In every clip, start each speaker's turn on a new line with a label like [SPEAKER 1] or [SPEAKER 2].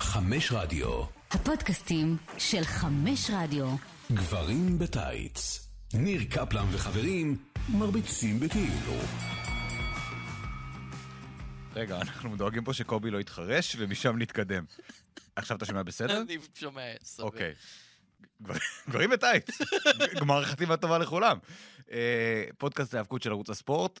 [SPEAKER 1] חמש רדיו.
[SPEAKER 2] הפודקאסטים של חמש רדיו.
[SPEAKER 1] גברים בטייץ. ניר קפלן וחברים מרביצים בכאילו.
[SPEAKER 3] רגע, אנחנו דואגים פה שקובי לא יתחרש, ומשם נתקדם. עכשיו אתה שומע בסדר?
[SPEAKER 4] אני שומע, סביר.
[SPEAKER 3] אוקיי. גבר- גברים בטייץ, גמר חתימה טובה לכולם. אה, פודקאסט להיאבקות של ערוץ הספורט,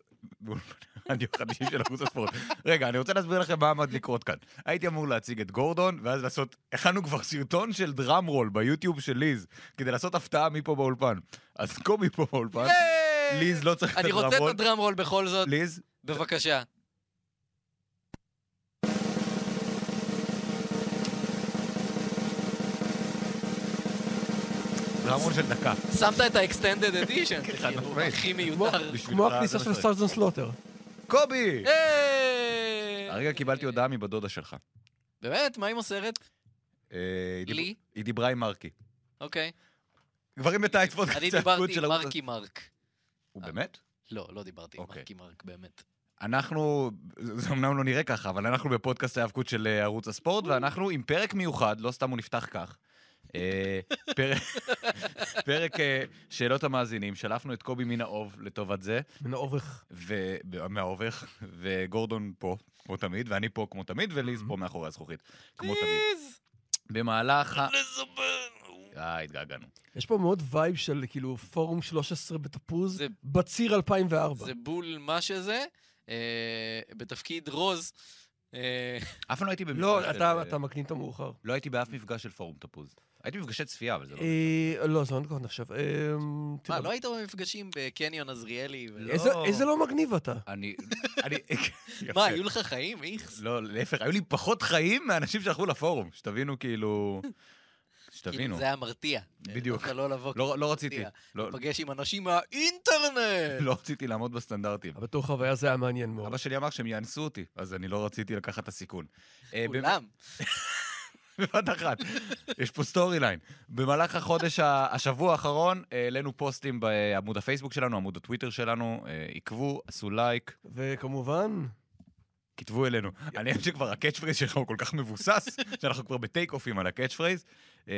[SPEAKER 3] רדיו חדשים של ערוץ הספורט. רגע, אני רוצה להסביר לכם מה עמד לקרות כאן. הייתי אמור להציג את גורדון, ואז לעשות, הכנו כבר סרטון של דראם רול ביוטיוב של ליז, כדי לעשות הפתעה מפה באולפן. אז קובי פה באולפן,
[SPEAKER 4] היי!
[SPEAKER 3] ליז לא צריך את
[SPEAKER 4] אני
[SPEAKER 3] הדראם רול.
[SPEAKER 4] רוצה את הדראם רול בכל זאת,
[SPEAKER 3] ליז,
[SPEAKER 4] בבקשה.
[SPEAKER 3] דראם רול של דקה.
[SPEAKER 4] שמת את האקסטנדד אדישן, זה
[SPEAKER 3] חד
[SPEAKER 4] כאילו
[SPEAKER 3] משמעית.
[SPEAKER 4] הכי מיותר.
[SPEAKER 3] בשבילך,
[SPEAKER 5] כמו
[SPEAKER 3] זה
[SPEAKER 5] הכניסה של
[SPEAKER 3] מספיק.
[SPEAKER 5] סארזן סלוטר.
[SPEAKER 3] קובי!
[SPEAKER 4] היי!
[SPEAKER 3] הרגע קיבלתי הודעה מבת דודה שלך.
[SPEAKER 4] באמת? מה עם הסרט?
[SPEAKER 3] אה, היא דיב-
[SPEAKER 4] לי?
[SPEAKER 3] היא דיברה עם מרקי.
[SPEAKER 4] אוקיי.
[SPEAKER 3] גברים בטייץ פודקאסט.
[SPEAKER 4] אני
[SPEAKER 3] ההתפתחות
[SPEAKER 4] דיברתי
[SPEAKER 3] של
[SPEAKER 4] עם
[SPEAKER 3] ערוץ-
[SPEAKER 4] מרקי מרק.
[SPEAKER 3] הוא באמת?
[SPEAKER 4] לא, לא דיברתי עם
[SPEAKER 3] אוקיי.
[SPEAKER 4] מרקי מרק, באמת.
[SPEAKER 3] אנחנו, זה אמנם לא נראה ככה, אבל אנחנו בפודקאסט ההיאבקות של אה, ערוץ
[SPEAKER 4] Mm.
[SPEAKER 3] הספורט, ואנחנו עם פרק מיוחד, לא סתם הוא נפתח כך. אה, פרק- פרק אה, שאלות המאזינים, שלפנו את קובי מן האוב לטובת זה,
[SPEAKER 5] מן האורך.
[SPEAKER 3] ו- ב- מהאובך, וגורדון פה, כמו תמיד, ואני פה כמו תמיד,
[SPEAKER 4] Mm-hmm.
[SPEAKER 3] וליז פה מאחורי הזכוכית, כמו תמיד.
[SPEAKER 4] פליז!
[SPEAKER 3] במהלך ה...
[SPEAKER 4] לזמן!
[SPEAKER 3] אה, התגעגענו.
[SPEAKER 5] יש פה מאוד וייב של כאילו פורום 13 בתפוז,
[SPEAKER 4] זה-
[SPEAKER 5] בציר 2004.
[SPEAKER 4] זה בול מה שזה. אה, בתפקיד רוז. אה,
[SPEAKER 3] אף פעם לא הייתי במפגש
[SPEAKER 5] לא,
[SPEAKER 3] של-
[SPEAKER 5] אתה- אתה מקדים את המאוחר.
[SPEAKER 3] לא הייתי באף מפגש של פורום תפוז. הייתי במפגשי צפייה, אבל זה לא...
[SPEAKER 5] אה, לא, זה לא נכון עכשיו. אה,
[SPEAKER 4] מה,
[SPEAKER 5] תראה,
[SPEAKER 4] לא היית במפגשים בקניון עזריאלי? ו-
[SPEAKER 5] איזה- איזה לא מגניב אתה.
[SPEAKER 3] אני... אני... יפה.
[SPEAKER 4] אה, מה, היו לך חיים, איכס?
[SPEAKER 3] לא, להפך, היו לי פחות חיים מאנשים שהלכו לפורום, שתבינו כאילו...
[SPEAKER 4] כאילו
[SPEAKER 3] שתבינו.
[SPEAKER 4] זה היה מרתיע.
[SPEAKER 3] בדיוק.
[SPEAKER 4] דווקא לא לבוא.
[SPEAKER 3] לא לא רציתי.
[SPEAKER 4] מפתיע.
[SPEAKER 3] לא-
[SPEAKER 4] להיפגש עם אנשים מהאינטרנט!
[SPEAKER 3] לא רציתי לעמוד בסטנדרטים.
[SPEAKER 5] אבל בתור חוויה זה היה מעניין
[SPEAKER 4] לא.
[SPEAKER 5] מאוד.
[SPEAKER 3] אבא שלי אמר שהם יאנסו אותי, אז אני לא רציתי לקחת את הסיכון. אה, במ-
[SPEAKER 4] כולם.
[SPEAKER 3] בבת אחת. יש פה סטורי ליין. במהלך החודש, ה- השבוע האחרון, אה, העלינו פוסטים בעמוד הפייסבוק שלנו, עמוד הטוויטר שלנו, אה, עקבו, עשו לייק,
[SPEAKER 5] וכמובן,
[SPEAKER 3] כתבו אלינו. אני חושב שכבר הקאץ' פרייז שלך הוא כל כך מבוסס, שאנחנו כבר בטייק אופים על הקאץ' פרייז. אה,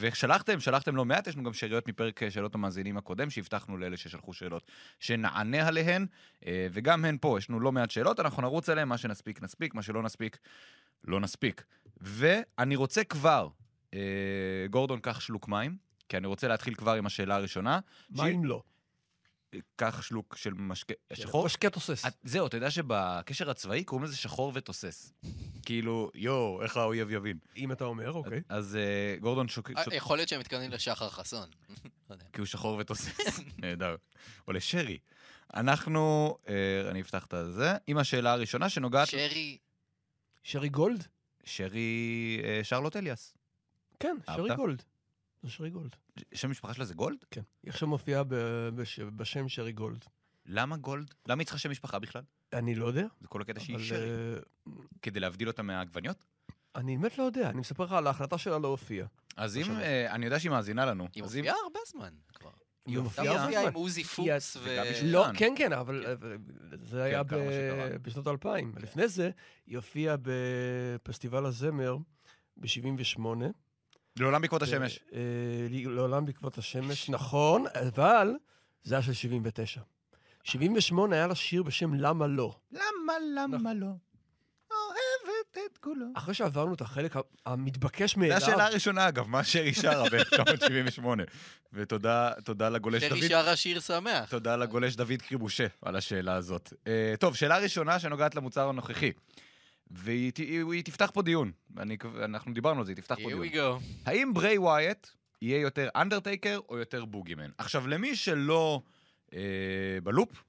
[SPEAKER 3] ושלחתם, שלחתם לא מעט, יש לנו גם שאריות מפרק אה, שאלות המאזינים הקודם, שהבטחנו לאלה ששלחו שאלות שנענה עליהן, אה, וגם הן פה, יש לנו לא מעט שאלות, אנחנו נרוץ עליהן, מה שנספיק נספיק, מה שלא נספיק לא נספיק. ואני רוצה כבר, אה, גורדון, קח שלוק מים, כי אני רוצה להתחיל כבר עם השאלה הראשונה.
[SPEAKER 5] מה אם לא?
[SPEAKER 3] קח שלוק של משקה, שחור?
[SPEAKER 5] משקה תוסס.
[SPEAKER 3] את- זהו, אתה יודע שבקשר הצבאי קוראים לזה שחור ותוסס. כאילו, יואו, איך האויב יבין.
[SPEAKER 5] אם אתה אומר, אוקיי.
[SPEAKER 3] אז אה, גורדון שוק...
[SPEAKER 4] אה,
[SPEAKER 3] שוק-
[SPEAKER 4] יכול להיות שהם מתכוונים לשחר חסון. לא יודע.
[SPEAKER 3] כי הוא שחור ותוסס. נהדר. או לשרי. אנחנו, אה, אני אפתח את הזה, עם השאלה הראשונה שנוגעת...
[SPEAKER 4] שרי,
[SPEAKER 5] שרי גולד?
[SPEAKER 3] שרי אה, שרלוט אליאס.
[SPEAKER 5] כן, שרי
[SPEAKER 3] אהבת?
[SPEAKER 5] גולד. זה שרי גולד.
[SPEAKER 3] שם המשפחה שלה זה גולד?
[SPEAKER 5] כן. היא עכשיו מופיעה ב- בש- בשם שרי גולד.
[SPEAKER 3] למה גולד? למה היא צריכה שם משפחה בכלל?
[SPEAKER 5] אני לא יודע,
[SPEAKER 3] זה כל הקטע שהיא
[SPEAKER 5] אבל
[SPEAKER 3] שרי.
[SPEAKER 5] אה,
[SPEAKER 3] כדי להבדיל אותה מהעגבניות?
[SPEAKER 5] אני באמת לא יודע, אני מספר לך על ההחלטה שלה להופיע.
[SPEAKER 3] אז אם...
[SPEAKER 5] חשבתי.
[SPEAKER 3] אה, אני יודע שהיא מאזינה לנו.
[SPEAKER 4] היא
[SPEAKER 3] אז אם-
[SPEAKER 4] מופיעה הרבה זמן כבר.
[SPEAKER 3] היא
[SPEAKER 4] היא
[SPEAKER 3] מופיעה
[SPEAKER 4] מופיעה עם
[SPEAKER 5] הרבה
[SPEAKER 4] עוזי
[SPEAKER 5] היא
[SPEAKER 4] פוקס ו...
[SPEAKER 3] וגבי שושן.
[SPEAKER 5] לא,
[SPEAKER 3] כן.
[SPEAKER 5] כן, כן, אבל אבל זה היה
[SPEAKER 3] כמה
[SPEAKER 5] ב-
[SPEAKER 3] שקרה. כן.
[SPEAKER 5] בשנות האלפיים. לפני זה, היא הופיעה בפסטיבל הזמר ב-78.
[SPEAKER 3] לעולם בעקבות השמש.
[SPEAKER 5] אה, לעולם בעקבות השמש, נכון, אבל זה היה של 79. 78 היה לה שיר בשם למה לא.
[SPEAKER 3] למה, למה
[SPEAKER 4] נכון.
[SPEAKER 3] לא? אוהבת את כולו.
[SPEAKER 5] אחרי שעברנו את החלק ה- המתבקש
[SPEAKER 3] זו
[SPEAKER 5] מאליו,
[SPEAKER 3] השאלה הראשונה, אגב, מה שרי שרה ב-1978. ותודה תודה לגולש
[SPEAKER 4] שרי
[SPEAKER 3] דוד.
[SPEAKER 4] שרה שיר שמח.
[SPEAKER 3] תודה לגולש דוד קריבושה על השאלה הזאת. אה, טוב, שאלה ראשונה שנוגעת למוצר הנוכחי. והיא ת- היא- היא תפתח פה דיון. אני מקו- אנחנו דיברנו על זה, היא תפתח פה
[SPEAKER 4] Here
[SPEAKER 3] דיון.
[SPEAKER 4] we go.
[SPEAKER 3] האם בריי ווייט יהיה יותר אנדרטייקר או יותר בוגימן? עכשיו, למי שלא אה, בלופ,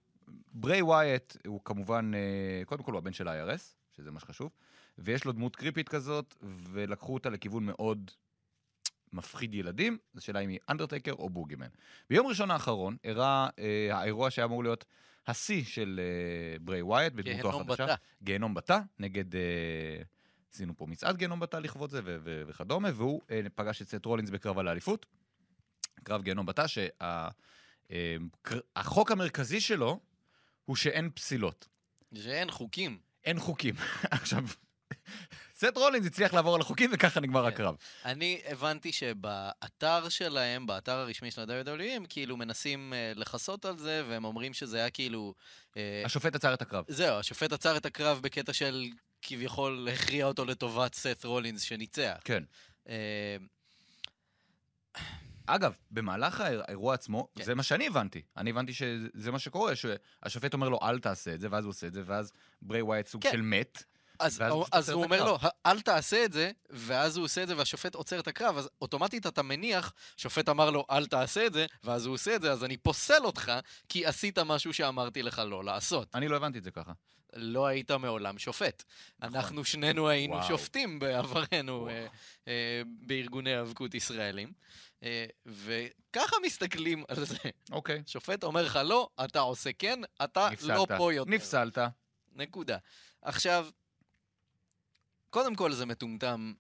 [SPEAKER 3] בריי ווייט הוא כמובן, אה, קודם כל הוא הבן של ה-IRS, שזה מה שחשוב, ויש לו דמות קריפית כזאת, ולקחו אותה לכיוון מאוד מפחיד ילדים, זו שאלה אם היא אנדרטייקר או בוגימן. ביום ראשון האחרון אירע אה, האירוע שהיה אמור להיות השיא של אה, בריי ווייט בדמותו
[SPEAKER 4] גיהנום
[SPEAKER 3] החדשה.
[SPEAKER 4] בתא.
[SPEAKER 3] גיהנום בתא, נגד... אה, עשינו פה מצעד גיהנום בתא לכבוד זה ו- ו- וכדומה, והוא אה, פגש את סט רולינס בקרב על האליפות, קרב גיהנום בתא, אה, שהחוק המרכזי שלו הוא שאין פסילות,
[SPEAKER 4] שאין חוקים.
[SPEAKER 3] אין חוקים. עכשיו, סט רולינס הצליח לעבור על החוקים, וככה נגמר
[SPEAKER 4] כן.
[SPEAKER 3] הקרב.
[SPEAKER 4] אני הבנתי שבאתר שלהם, באתר הרשמי של ה-WWE, הם כאילו מנסים אה, לכסות על זה, והם אומרים שזה היה כאילו... אה,
[SPEAKER 3] השופט עצר את הקרב.
[SPEAKER 4] זהו, השופט עצר את הקרב בקטע של כביכול הכריע אותו לטובת סט רולינס שניצח.
[SPEAKER 3] כן.
[SPEAKER 4] אה,
[SPEAKER 3] אגב, במהלך האיר- האירוע עצמו,
[SPEAKER 4] כן.
[SPEAKER 3] זה מה שאני הבנתי. אני הבנתי שזה מה שקורה, שהשופט אומר לו, אל תעשה את זה, ואז הוא עושה את זה, ואז ברי ווייט סוג
[SPEAKER 4] כן.
[SPEAKER 3] של מת.
[SPEAKER 4] אז,
[SPEAKER 3] ואז הוא
[SPEAKER 4] הוא-
[SPEAKER 3] פשוט
[SPEAKER 4] אז
[SPEAKER 3] עוצר
[SPEAKER 4] הוא
[SPEAKER 3] את
[SPEAKER 4] אומר לו,
[SPEAKER 3] הקרב.
[SPEAKER 4] "ה- אל תעשה את זה, ואז הוא עושה את זה והשופט עוצר את הקרב, אז אוטומטית אתה מניח, שופט אמר לו, אל תעשה את זה, ואז הוא עושה את זה, אז אני פוסל אותך, כי עשית משהו שאמרתי לך לא לעשות.
[SPEAKER 3] אני לא הבנתי את זה ככה.
[SPEAKER 4] לא היית מעולם שופט.
[SPEAKER 3] נכון.
[SPEAKER 4] אנחנו שנינו היינו
[SPEAKER 3] וואו.
[SPEAKER 4] שופטים בעברנו
[SPEAKER 3] וואו.
[SPEAKER 4] אה, אה, בארגוני האבקות ישראלים, אה, וככה מסתכלים על זה.
[SPEAKER 3] אוקיי.
[SPEAKER 4] שופט אומר לך לא, אתה עושה כן, אתה לא פה יותר. אה,
[SPEAKER 3] נפסלת.
[SPEAKER 4] נקודה. עכשיו, קודם כל זה מטומטם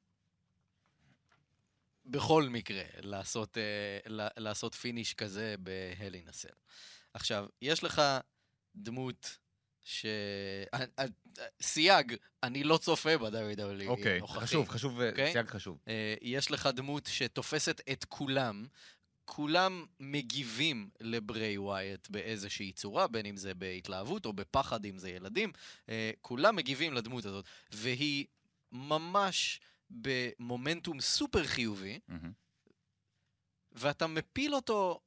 [SPEAKER 4] בכל מקרה לעשות, אה, ל- לעשות פיניש כזה בהלינסל. עכשיו, יש לך דמות ש... אה, אה, אה, סייג, אני לא צופה ב-WWE
[SPEAKER 3] אוקיי.
[SPEAKER 4] נוכחי.
[SPEAKER 3] חשוב, חשוב, אה,
[SPEAKER 4] אוקיי?
[SPEAKER 3] סייג חשוב.
[SPEAKER 4] אה, יש לך דמות שתופסת את כולם. כולם מגיבים לבריי ווייט באיזושהי צורה, בין אם זה בהתלהבות או בפחד אם זה ילדים, אה, כולם מגיבים לדמות הזאת. והיא ממש במומנטום סופר חיובי,
[SPEAKER 3] מהמם.
[SPEAKER 4] ואתה מפיל אותו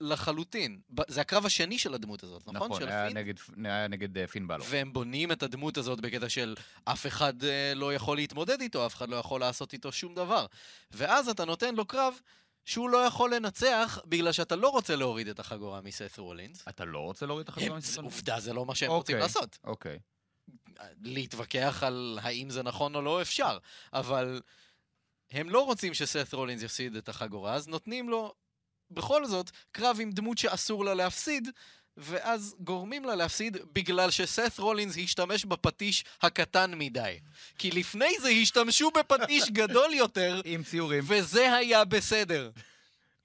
[SPEAKER 4] לחלוטין. ב- זה הקרב השני של הדמות הזאת, נכון?
[SPEAKER 3] נכון,
[SPEAKER 4] של
[SPEAKER 3] היה
[SPEAKER 4] הפין?
[SPEAKER 3] נגד- היה נגד אה, פין בלו.
[SPEAKER 4] והם בונים את הדמות הזאת בקטע של אף אחד אה, לא יכול להתמודד איתו, אף אחד לא יכול לעשות איתו שום דבר. ואז אתה נותן לו קרב שהוא לא יכול לנצח בגלל שאתה לא רוצה להוריד את החגורה מסת רולינס.
[SPEAKER 3] אתה לא רוצה להוריד את החגורה
[SPEAKER 4] הם-
[SPEAKER 3] מסרטון?
[SPEAKER 4] עובדה, זה לא מה שהם
[SPEAKER 3] אוקיי.
[SPEAKER 4] רוצים לעשות.
[SPEAKER 3] אוקיי.
[SPEAKER 4] להתווכח על האם זה נכון או לא אפשר, אבל הם לא רוצים שסת רולינס יפסיד את החגורה, אז נותנים לו בכל זאת קרב עם דמות שאסור לה להפסיד, ואז גורמים לה להפסיד בגלל שסת רולינס השתמש בפטיש הקטן מדי. כי לפני זה השתמשו בפטיש גדול יותר,
[SPEAKER 3] עם ציורים.
[SPEAKER 4] וזה היה בסדר.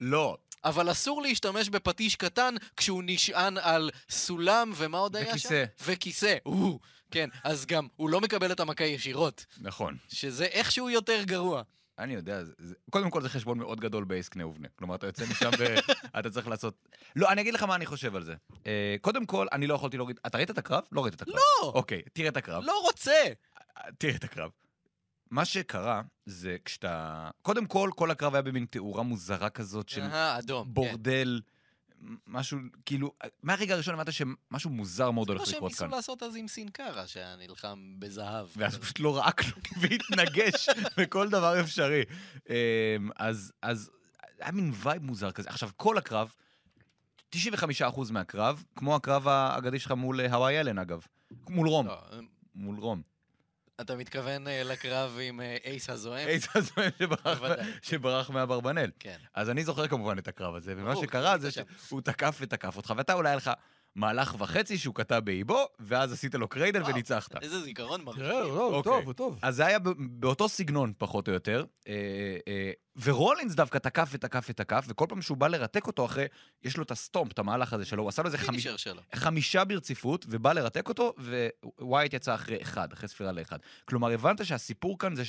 [SPEAKER 3] לא.
[SPEAKER 4] אבל אסור להשתמש בפטיש קטן כשהוא נשען על סולם, ומה עוד היה שם?
[SPEAKER 3] וכיסא.
[SPEAKER 4] וכיסא. וכיסא, כן. אז גם, הוא לא מקבל את המכה ישירות,
[SPEAKER 3] נכון.
[SPEAKER 4] שזה איכשהו יותר גרוע.
[SPEAKER 3] אני יודע, זה- זה- קודם כל זה חשבון מאוד גדול בעסק קנה ובנה. כלומר, אתה יוצא משם ואתה צריך לעשות... לא, אני אגיד לך מה אני חושב על זה. אה, קודם כל, אני לא יכולתי להוריד... אתה ראית את הקרב? לא ראית את הקרב.
[SPEAKER 4] לא!
[SPEAKER 3] אוקיי, תראה את הקרב. אה,
[SPEAKER 4] לא רוצה!
[SPEAKER 3] תראה את הקרב. מה שקרה זה כשאתה... קודם כל, כל הקרב היה במין תאורה מוזרה כזאת של
[SPEAKER 4] אהה, אדום. כן.
[SPEAKER 3] בורדל, משהו, כאילו, מהרגע הראשון אמרת שמשהו מוזר מאוד
[SPEAKER 4] מה
[SPEAKER 3] הולך
[SPEAKER 4] שהם
[SPEAKER 3] לקרות
[SPEAKER 4] ניסו
[SPEAKER 3] כאן.
[SPEAKER 4] לעשות אז עם סינקרה, שהיה נלחם בזהב.
[SPEAKER 3] ואז הוא פשוט לא ראה כלום, והתנגש בכל דבר אפשרי. אמ, אז, אז היה מין וייב מוזר כזה. עכשיו, כל הקרב, 95% מהקרב, כמו הקרב האגדי שלך מול אה, הוואי אלן, אגב. מול רום,
[SPEAKER 4] לא,
[SPEAKER 3] מול רום.
[SPEAKER 4] אתה מתכוון אה, לקרב עם אה, אייס הזוהם?
[SPEAKER 3] איזה הזמן שברח-
[SPEAKER 4] בוודאי.
[SPEAKER 3] שברח מאברבנל.
[SPEAKER 4] כן.
[SPEAKER 3] אז אני זוכר כמובן את הקרב הזה, ומה
[SPEAKER 4] ברור,
[SPEAKER 3] שקרה
[SPEAKER 4] היית
[SPEAKER 3] זה
[SPEAKER 4] שם.
[SPEAKER 3] שהוא תקף ותקף אותך, ואתה אולי היה לך מהלך וחצי שהוא קטע באיבו, ואז עשית לו קריידל
[SPEAKER 4] וואו,
[SPEAKER 3] וניצחת.
[SPEAKER 4] איזה זיכרון מרשים.
[SPEAKER 5] תראה, לא, הוא
[SPEAKER 3] אוקיי.
[SPEAKER 5] טוב, הוא טוב.
[SPEAKER 3] אז זה היה ב- באותו סגנון, פחות או יותר. אה, אה, ורולינס דווקא תקף ותקף ותקף, וכל פעם שהוא בא לרתק אותו אחרי, יש לו את הסטומפ, את המהלך הזה שלו, הוא עשה לו איזה חמיש...
[SPEAKER 4] פינישר שלו.
[SPEAKER 3] חמישה ברציפות, ובא לרתק אותו, ווייט יצא אחרי אחד, אחרי ספירה לאחד. כלומר, הבנת שהסיפור כאן זה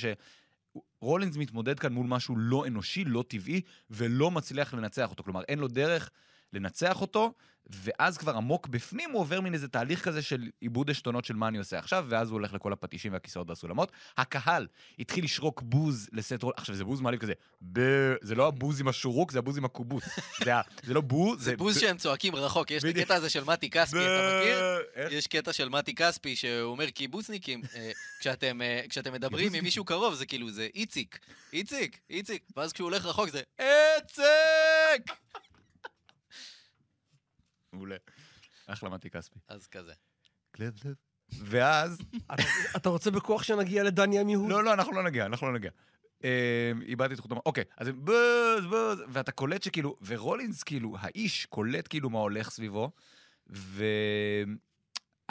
[SPEAKER 3] שרולינס מתמודד כאן מול משהו לא אנושי, לא טבעי, ולא מצליח לנצח אותו. כלומר, אין לו דרך לנצח אותו, ואז כבר עמוק בפנים הוא עובר מין איזה תהליך כזה של עיבוד עשתונות של מה אני עושה עכשיו, ואז הוא הולך לכל הפטישים והכיסאות והסולמות. הקהל התחיל לשרוק בוז לסט רול, עכשיו זה בוז מעליב כזה, ב... זה לא הבוז עם השורוק, זה הבוז עם הקובוס. זה, ה- זה לא בוז, זה...
[SPEAKER 4] בוז שהם צועקים רחוק, יש את
[SPEAKER 3] בדיוק.
[SPEAKER 4] הקטע הזה של מתי כספי, אתה מכיר?
[SPEAKER 3] איך
[SPEAKER 4] יש קטע של מתי כספי שהוא אומר קיבוצניקים, אה, כשאתם, אה, כשאתם מדברים עם מישהו קרוב זה כאילו זה איציק, איציק, איציק, ואז כשהוא הולך רחוק זה איציק!
[SPEAKER 3] מעולה. אחלה מתי כספי.
[SPEAKER 4] אז כזה.
[SPEAKER 3] ואז,
[SPEAKER 5] אתה- אתה רוצה בכוח שנגיע לדני עמיהוד?
[SPEAKER 3] לא, לא, אנחנו לא נגיע, אנחנו לא נגיע. אה, איבדתי את חותמה, אוקיי, אז הם בוז, בוז, ואתה קולט שכאילו, ורולינס כאילו, האיש קולט כאילו מה הולך סביבו, ואני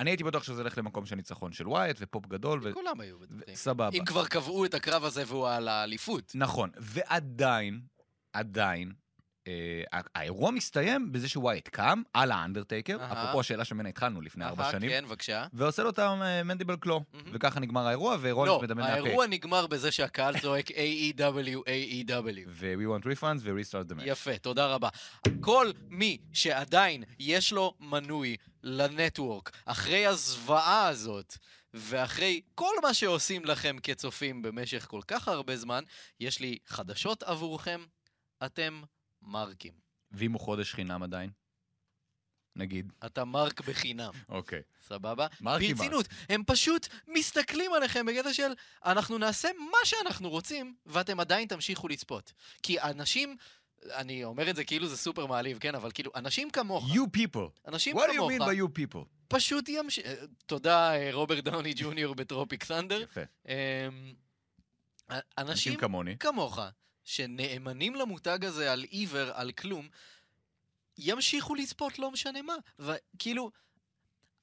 [SPEAKER 3] הייתי בטוח שזה הולך למקום של ניצחון של ווייט ופופ גדול, ו-
[SPEAKER 4] כולם היו בטוחים.
[SPEAKER 3] וסבבה.
[SPEAKER 4] אם כבר קבעו את הקרב הזה והוא על האליפות.
[SPEAKER 3] נכון, ועדיין, עדיין, אה, האירוע מסתיים בזה שווייט קם על האנדרטייקר,
[SPEAKER 4] אהה.
[SPEAKER 3] אפרופו השאלה שממנה התחלנו לפני ארבע
[SPEAKER 4] אהה,
[SPEAKER 3] שנים,
[SPEAKER 4] כן, בבקשה.
[SPEAKER 3] ועושה לו את המנדיבל קלו,
[SPEAKER 4] מהמם.
[SPEAKER 3] וככה נגמר האירוע,
[SPEAKER 4] לא,
[SPEAKER 3] ורולינס מדמם מהפה.
[SPEAKER 4] האירוע נגמר בזה שהקהל צועק E AEW, AEW.
[SPEAKER 3] ו-We want refunds ו-restart the match.
[SPEAKER 4] יפה, תודה רבה. כל מי שעדיין יש לו מנוי לנטוורק, אחרי הזוועה הזאת, ואחרי כל מה שעושים לכם כצופים במשך כל כך הרבה זמן, יש לי חדשות עבורכם, אתם מרקים.
[SPEAKER 3] ואם הוא חודש חינם עדיין? נגיד.
[SPEAKER 4] אתה מרק בחינם,
[SPEAKER 3] אוקיי.
[SPEAKER 4] סבבה?
[SPEAKER 3] מרקי מרק.
[SPEAKER 4] ברצינות, הם פשוט מסתכלים עליכם בקטע של אנחנו נעשה מה שאנחנו רוצים, ואתם עדיין תמשיכו לצפות. כי אנשים, אני אומר את זה כאילו זה סופר מעליב, כן? אבל כאילו, אנשים כמוך,
[SPEAKER 3] You people.
[SPEAKER 4] אנשים
[SPEAKER 3] What do you
[SPEAKER 4] כמוך,
[SPEAKER 3] mean by you people?
[SPEAKER 4] פשוט ימש... אה, תודה, אה, רוברט דאוני ג'וניור בטרופיק סנדר.
[SPEAKER 3] יפה.
[SPEAKER 4] אמ, א-
[SPEAKER 3] כן. אנשים
[SPEAKER 4] אנשים
[SPEAKER 3] כמוני.
[SPEAKER 4] כמוך, שנאמנים למותג הזה על עיוור, על כלום, ימשיכו לצפות לא משנה מה. וכאילו,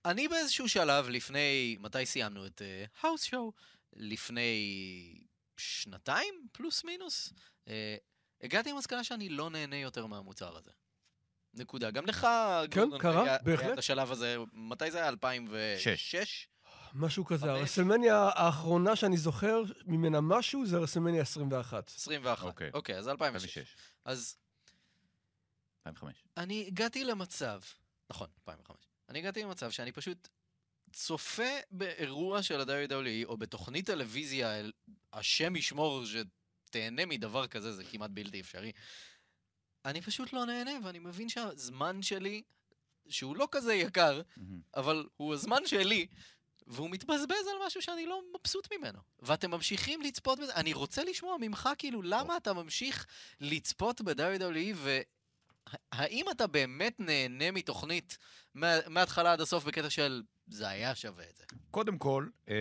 [SPEAKER 4] אני באיזשהו שלב לפני, מתי סיימנו את האוס uh, שואו? לפני שנתיים, פלוס מינוס, uh, הגעתי למסקנה שאני לא נהנה יותר מהמוצר הזה. נקודה. גם לך, גורדון,
[SPEAKER 5] כן, קרה,
[SPEAKER 4] היה- היה
[SPEAKER 5] בהחלט.
[SPEAKER 4] את השלב הזה, מתי זה היה? 2006?
[SPEAKER 5] משהו כזה.
[SPEAKER 3] אוקיי.
[SPEAKER 4] חמש.
[SPEAKER 5] הרסלמניה האחרונה שאני זוכר ממנה משהו זה הרסלמניה 21.
[SPEAKER 4] 21.
[SPEAKER 3] אוקיי.
[SPEAKER 4] אוקיי, אז 2006.
[SPEAKER 3] 2006.
[SPEAKER 4] אז
[SPEAKER 3] 2005.
[SPEAKER 4] אני הגעתי למצב, נכון, 2005, אני הגעתי למצב שאני פשוט צופה באירוע של ה-WWE, או בתוכנית טלוויזיה, אל- השם ישמור שתהנה מדבר כזה, זה כמעט בלתי אפשרי. אני פשוט לא נהנה, ואני מבין שהזמן שלי, שהוא לא כזה יקר,
[SPEAKER 3] מהמם.
[SPEAKER 4] אבל הוא הזמן שלי, והוא מתבזבז על משהו שאני לא מבסוט ממנו. ואתם ממשיכים לצפות בזה. אני רוצה לשמוע ממך, כאילו, למה אתה ממשיך לצפות ב-WWE, והאם אתה באמת נהנה מתוכנית מה- מההתחלה עד הסוף בקטע של זה היה שווה את זה?
[SPEAKER 3] קודם כל, אה,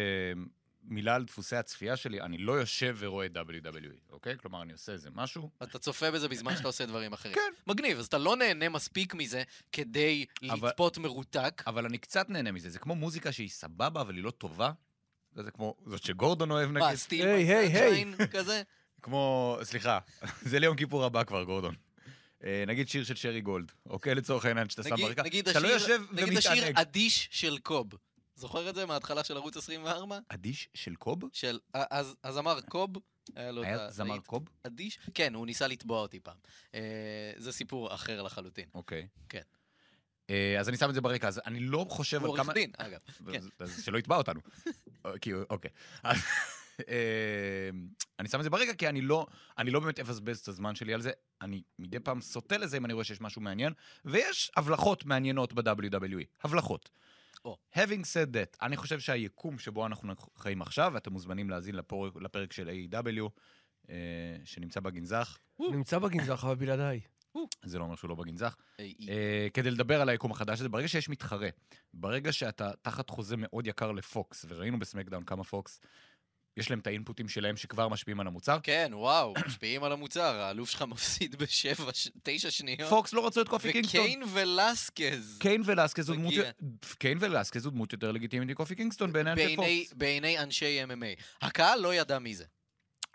[SPEAKER 3] מילה על דפוסי הצפייה שלי, אני לא יושב ורואה WWE, אוקיי? כלומר, אני עושה איזה משהו.
[SPEAKER 4] אתה צופה בזה בזמן שאתה עושה דברים אחרים.
[SPEAKER 3] כן.
[SPEAKER 4] מגניב, אז אתה לא נהנה מספיק מזה כדי
[SPEAKER 3] אבל-
[SPEAKER 4] לצפות מרותק.
[SPEAKER 3] אבל אני קצת נהנה מזה, זה כמו מוזיקה שהיא סבבה, אבל היא לא טובה. זה זה כמו זאת שגורדון אוהב
[SPEAKER 4] מה,
[SPEAKER 3] נגיד.
[SPEAKER 4] סטיל
[SPEAKER 5] היי, היי, היי.
[SPEAKER 4] מנשיין כזה?
[SPEAKER 3] כמו, סליחה, זה ליום כיפור הבא כבר, גורדון. אה, נגיד שיר של שרי גולד, אוקיי? לצורך העניין, שאתה שם
[SPEAKER 4] נגיד-
[SPEAKER 3] ברקע.
[SPEAKER 4] נגיד
[SPEAKER 3] אתה לא
[SPEAKER 4] השיר-
[SPEAKER 3] יושב
[SPEAKER 4] נגיד השיר
[SPEAKER 3] ומתענג.
[SPEAKER 4] אדיש של קוב. זוכר את זה מההתחלה של ערוץ 24?
[SPEAKER 3] אדיש של קוב?
[SPEAKER 4] של ה- אז- הזמר קוב. היה לו את
[SPEAKER 3] היה
[SPEAKER 4] הלהיט
[SPEAKER 3] זמר קוב?
[SPEAKER 4] אדיש? כן, הוא ניסה לתבוע אותי פעם. אה, זה סיפור אחר לחלוטין.
[SPEAKER 3] אוקיי.
[SPEAKER 4] כן.
[SPEAKER 3] אה, אז אני שם את זה ברקע, אז אני לא חושב
[SPEAKER 4] הוא
[SPEAKER 3] על
[SPEAKER 4] עורך
[SPEAKER 3] כמה...
[SPEAKER 4] דין, אגב. כן.
[SPEAKER 3] אז- אז שלא יתבע אותנו. אה, כי- אוקיי. אז, אה, אני שם את זה ברקע, כי אני לא, אני לא באמת אבזבז את הזמן שלי על זה. אני מדי פעם סוטה לזה אם אני רואה שיש משהו מעניין, ויש הבלחות מעניינות ב-WWE. הבלחות.
[SPEAKER 4] או.
[SPEAKER 3] Having said that, אני חושב שהיקום שבו אנחנו חיים עכשיו, ואתם מוזמנים להאזין לפור- לפרק של A.W. אה, שנמצא בגנזך,
[SPEAKER 5] נמצא בגנזך, אבל בלעדיי.
[SPEAKER 3] זה לא אומר שהוא לא בגנזך,
[SPEAKER 4] אה, היא-
[SPEAKER 3] אה, כדי לדבר על היקום החדש הזה, ברגע שיש מתחרה, ברגע שאתה תחת חוזה מאוד יקר לפוקס, וראינו בסמקדאון כמה פוקס, יש להם את האינפוטים שלהם שכבר משפיעים על המוצר,
[SPEAKER 4] כן, וואו, משפיעים על המוצר, האלוף שלך מפסיד בשבע, ש- תשע שניות.
[SPEAKER 3] פוקס לא רצו את קופי קינגסטון.
[SPEAKER 4] וקיין ולסקז.
[SPEAKER 3] קיין ולאסקז הוא
[SPEAKER 4] מגיע.
[SPEAKER 3] דמות... קיין ולאסקז הוא דמות יותר לגיטימית מקופי קינגסטון בעיניהם של
[SPEAKER 4] בעיני-
[SPEAKER 3] פוקס.
[SPEAKER 4] בעיני אנשי MMA. הקהל לא ידע מי זה.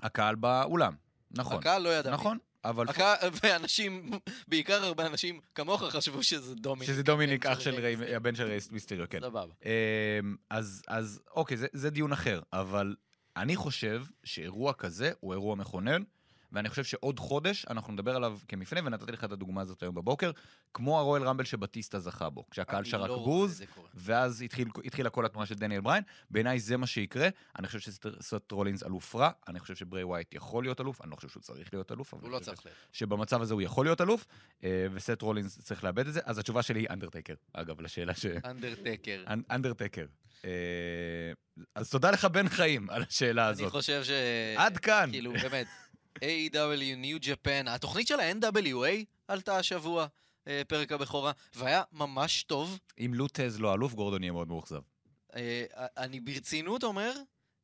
[SPEAKER 3] הקהל באולם, נכון.
[SPEAKER 4] הקהל לא ידע מי
[SPEAKER 3] נכון, אבל...
[SPEAKER 4] הקה- ואנשים, בעיקר הרבה אנשים כמוך חשבו שזה
[SPEAKER 3] פוקס-
[SPEAKER 4] דומיניק.
[SPEAKER 3] שזה דומיניק,
[SPEAKER 4] הבן
[SPEAKER 3] אח של
[SPEAKER 4] ריי
[SPEAKER 3] ריי, הבן של ריי מיסטריו, כן.
[SPEAKER 4] סבבה.
[SPEAKER 3] אמ, אז, אז אוקיי, זה, זה דיון אחר, אבל אני חושב שאירוע כזה הוא אירוע מכונן, ואני חושב שעוד חודש אנחנו נדבר עליו כמפנה, ונתתי לך את הדוגמה הזאת היום בבוקר, כמו הרואל רמבל שבטיסטה זכה בו, כשהקהל
[SPEAKER 4] אני
[SPEAKER 3] שרק
[SPEAKER 4] לא רואה את
[SPEAKER 3] בוז,
[SPEAKER 4] זה קורה.
[SPEAKER 3] ואז התחיל, התחילה כל התנועה של דניאל בריין, בעיניי זה מה שיקרה, אני חושב שסט רולינס אלוף רע, אני חושב שברי ווייט יכול להיות אלוף, אני לא חושב שהוא צריך להיות אלוף, אבל
[SPEAKER 4] הוא
[SPEAKER 3] אני
[SPEAKER 4] לא
[SPEAKER 3] חושב
[SPEAKER 4] צריך להיות.
[SPEAKER 3] שבמצב הזה הוא יכול להיות אלוף, אה, וסט רולינס צריך לאבד את זה, אז התשובה שלי היא אנדרטייקר, אגב, לשאלה ש...
[SPEAKER 4] אנדרטקר.
[SPEAKER 3] אנ- אנדרטקר. אה, אז תודה לך, בן חיים, על השאלה
[SPEAKER 4] אני
[SPEAKER 3] הזאת.
[SPEAKER 4] חושב ש...
[SPEAKER 3] עד כאן.
[SPEAKER 4] כאילו, באמת, E A.W. ניו ג'פן, התוכנית של ה-NWA עלתה השבוע, אה, פרק הבכורה, והיה ממש טוב.
[SPEAKER 3] אם לוטז לא אלוף, גורדון יהיה מאוד מאוכזב.
[SPEAKER 4] אה, אני ברצינות אומר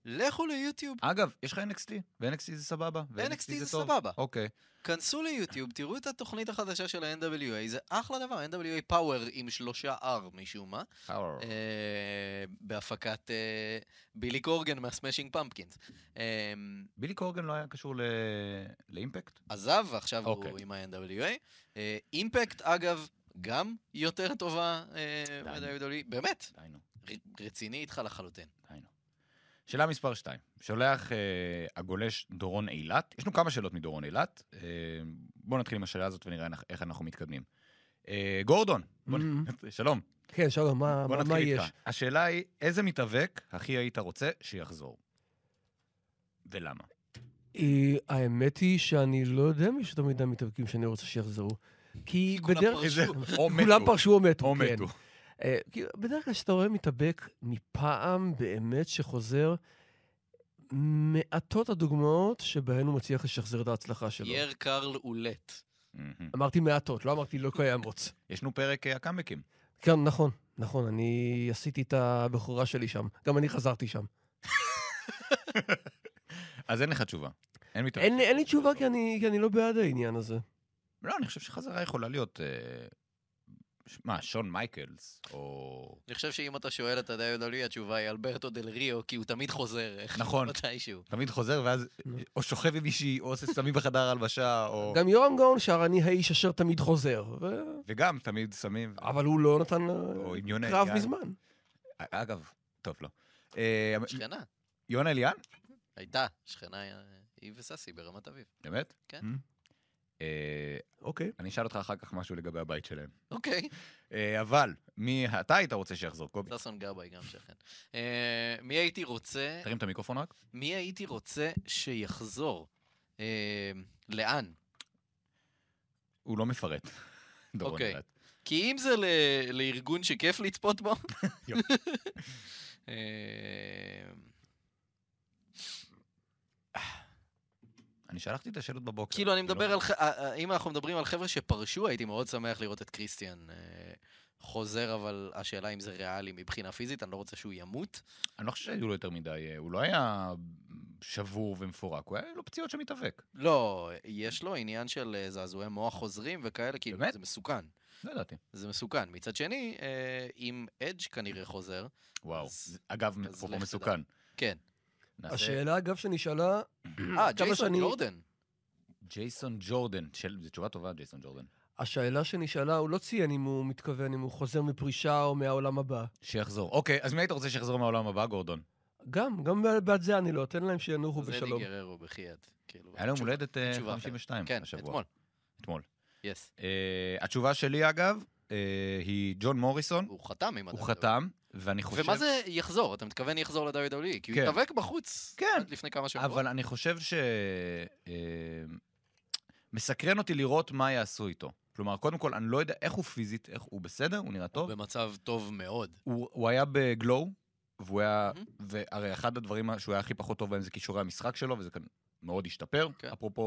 [SPEAKER 4] לכו ליוטיוב,
[SPEAKER 3] אגב, יש לך NXT, ו-NXT זה סבבה. ו-
[SPEAKER 4] NXT זה
[SPEAKER 3] טוב.
[SPEAKER 4] סבבה.
[SPEAKER 3] אוקיי.
[SPEAKER 4] כנסו ליוטיוב, תראו את התוכנית החדשה של ה-NWA, זה אחלה דבר, NWA Power עם שלושה R משום מה,
[SPEAKER 3] נכון.
[SPEAKER 4] אה, בהפקת אה, בילי קורגן מהסמאשינג פמפקינס. אה,
[SPEAKER 3] בילי קורגן לא היה קשור ל- לאימפקט?
[SPEAKER 4] עזב, ועכשיו
[SPEAKER 3] אוקיי.
[SPEAKER 4] הוא עם ה-NWA. אה, אימפקט, אגב, גם יותר טובה אה,
[SPEAKER 3] די.
[SPEAKER 4] מה-WWE, באמת,
[SPEAKER 3] דהיינו,
[SPEAKER 4] ר- רציני איתך לחלוטין.
[SPEAKER 3] דהיינו. שאלה מספר 2. שולח אה, הגולש דורון אילת. יש לנו כמה שאלות מדורון אילת. אה, בואו נתחיל עם השאלה הזאת ונראה נח- איך אנחנו מתקדמים. אה, גורדון, בוא נ- שלום.
[SPEAKER 5] כן, שלום, מה
[SPEAKER 3] בוא
[SPEAKER 5] מה- מה
[SPEAKER 3] נתחיל
[SPEAKER 5] יש?
[SPEAKER 3] איתך. השאלה היא, איזה מתאבק הכי היית רוצה שיחזור? ולמה?
[SPEAKER 5] כן. אה, האמת היא שאני לא יודע מי שיותר מדי מתאבקים שאני רוצה שיחזרו. כי
[SPEAKER 4] כולם
[SPEAKER 5] בדרך...
[SPEAKER 4] פרשו. איזה-
[SPEAKER 3] או
[SPEAKER 5] כולם פרשו או מתו,
[SPEAKER 3] או
[SPEAKER 5] כן.
[SPEAKER 3] מתו.
[SPEAKER 5] אה, כאילו, בדרך כלל כשאתה רואה מתאבק מפעם באמת שחוזר, מעטות הדוגמאות שבהן הוא מצליח לשחזר את ההצלחה שלו.
[SPEAKER 4] יר קרל אולט.
[SPEAKER 3] מהמם.
[SPEAKER 5] אמרתי מעטות, לא אמרתי לא קיימות.
[SPEAKER 3] יש לנו פרק אה, הקאמבקים.
[SPEAKER 5] כן, נכון, נכון, אני עשיתי את הבכורה שלי שם. גם אני חזרתי שם.
[SPEAKER 3] אז אין לך תשובה. אין מתאבק.
[SPEAKER 5] אין, אין לי תשובה כי אני, כי אני לא בעד העניין הזה.
[SPEAKER 3] לא, אני חושב שחזרה יכולה להיות... אה, ש- מה, שון מייקלס, או...
[SPEAKER 4] אני חושב שאם אתה שואל את ה-WWE, התשובה היא אלברטו דל ריו, כי הוא תמיד חוזר. איך-
[SPEAKER 3] נכון.
[SPEAKER 4] מתישהו.
[SPEAKER 3] תמיד חוזר, ואז או שוכב עם מישהי, או עושה סמים בחדר הלבשה, או...
[SPEAKER 5] גם יורם גאון שר, אני האיש אשר תמיד חוזר. ו...
[SPEAKER 3] וגם תמיד סמים.
[SPEAKER 5] אבל הוא לא נתן
[SPEAKER 3] או
[SPEAKER 5] אה,
[SPEAKER 3] עם יונה
[SPEAKER 5] קרב
[SPEAKER 3] אליאן.
[SPEAKER 5] מזמן.
[SPEAKER 3] אה, אגב, טוב, לא. אה,
[SPEAKER 4] שכנה.
[SPEAKER 3] יונה אליאן?
[SPEAKER 4] הייתה. שכנה אה, היא וססי ברמת אביב.
[SPEAKER 3] באמת?
[SPEAKER 4] כן.
[SPEAKER 3] אה,
[SPEAKER 5] אוקיי.
[SPEAKER 3] אני אשאל אותך אחר כך משהו לגבי הבית שלהם.
[SPEAKER 4] אוקיי.
[SPEAKER 3] אה, אבל, מי אתה היית רוצה שיחזור, קובי?
[SPEAKER 4] ששון גבאי גם שכן. אה, מי הייתי רוצה...
[SPEAKER 3] תרים את המיקרופון רק.
[SPEAKER 4] מי הייתי רוצה שיחזור? אה, לאן?
[SPEAKER 3] הוא לא מפרט. דורון
[SPEAKER 4] אוקיי.
[SPEAKER 3] אילת.
[SPEAKER 4] כי אם זה ל- לארגון שכיף לצפות בו...
[SPEAKER 3] יופי.
[SPEAKER 4] אה,
[SPEAKER 3] אני שלחתי את השאלות בבוקר.
[SPEAKER 4] כאילו, אני
[SPEAKER 3] לא-
[SPEAKER 4] מדבר על... ח- אה, אה, אם אנחנו מדברים על חבר'ה שפרשו, הייתי מאוד שמח לראות את קריסטיאן אה, חוזר, אבל השאלה אם זה ריאלי מבחינה פיזית, אני לא רוצה שהוא ימות.
[SPEAKER 3] אני לא חושב שהיו לו יותר מדי, אה, הוא לא היה שבור ומפורק, הוא היה לו פציעות שמתאבק.
[SPEAKER 4] לא, יש לו עניין של אה, זעזועי מוח חוזרים וכאלה, כאילו,
[SPEAKER 3] באמת?
[SPEAKER 4] זה מסוכן.
[SPEAKER 3] זה ידעתי.
[SPEAKER 4] זה מסוכן. מצד שני, אה, אם אדג' כנראה חוזר,
[SPEAKER 3] וואו.
[SPEAKER 4] אז-
[SPEAKER 3] אגב,
[SPEAKER 4] אז
[SPEAKER 3] אפרופו
[SPEAKER 4] לך
[SPEAKER 3] מסוכן.
[SPEAKER 4] כן.
[SPEAKER 3] נעשה
[SPEAKER 5] השאלה, אגב, שנשאלה...
[SPEAKER 4] אה,
[SPEAKER 5] כמה
[SPEAKER 4] ג'ייסון
[SPEAKER 5] שאני-
[SPEAKER 4] גורדן.
[SPEAKER 3] ג'ייסון ג'ורדן, של- זו תשובה טובה, ג'ייסון ג'ורדן.
[SPEAKER 5] השאלה שנשאלה, הוא לא ציין אם הוא מתכוון, אם הוא חוזר מפרישה או מהעולם הבא.
[SPEAKER 3] שיחזור. אוקיי, אז מי היית רוצה שיחזור מהעולם הבא, גורדון?
[SPEAKER 5] גם, גם בעד זה אני לא אתן להם שינוחו
[SPEAKER 4] אז אדי
[SPEAKER 5] בשלום.
[SPEAKER 4] גררו, בחייאת. כאילו,
[SPEAKER 3] היה לו יום
[SPEAKER 4] תשובה-
[SPEAKER 3] הולדת אה,
[SPEAKER 4] תשובה אחרת.
[SPEAKER 3] 52
[SPEAKER 4] כן,
[SPEAKER 3] השבוע.
[SPEAKER 4] אתמול.
[SPEAKER 3] אתמול.
[SPEAKER 4] יס.
[SPEAKER 3] אה, התשובה שלי, אגב, אה, היא ג'ון מוריסון,
[SPEAKER 4] הוא חתם עם
[SPEAKER 3] הוא
[SPEAKER 4] ה-WWE.
[SPEAKER 3] חתם, ואני חושב...
[SPEAKER 4] ומה זה יחזור? אתה מתכוון יחזור ל-WWE? כי הוא
[SPEAKER 3] כן.
[SPEAKER 4] התאבק בחוץ.
[SPEAKER 3] כן.
[SPEAKER 4] עד לפני כמה שבועות.
[SPEAKER 3] אבל אני חושב ש... אה, מסקרן אותי לראות מה יעשו איתו. כלומר, קודם כל, אני לא יודע איך הוא פיזית, איך הוא בסדר, הוא נראה טוב.
[SPEAKER 4] הוא במצב טוב מאוד.
[SPEAKER 3] הוא, הוא היה בגלו, והוא היה...
[SPEAKER 4] מהמם.
[SPEAKER 3] והרי אחד הדברים שהוא היה הכי פחות טוב בהם זה כישורי המשחק שלו, וזה כאן מאוד השתפר.
[SPEAKER 4] כן.
[SPEAKER 3] אפרופו...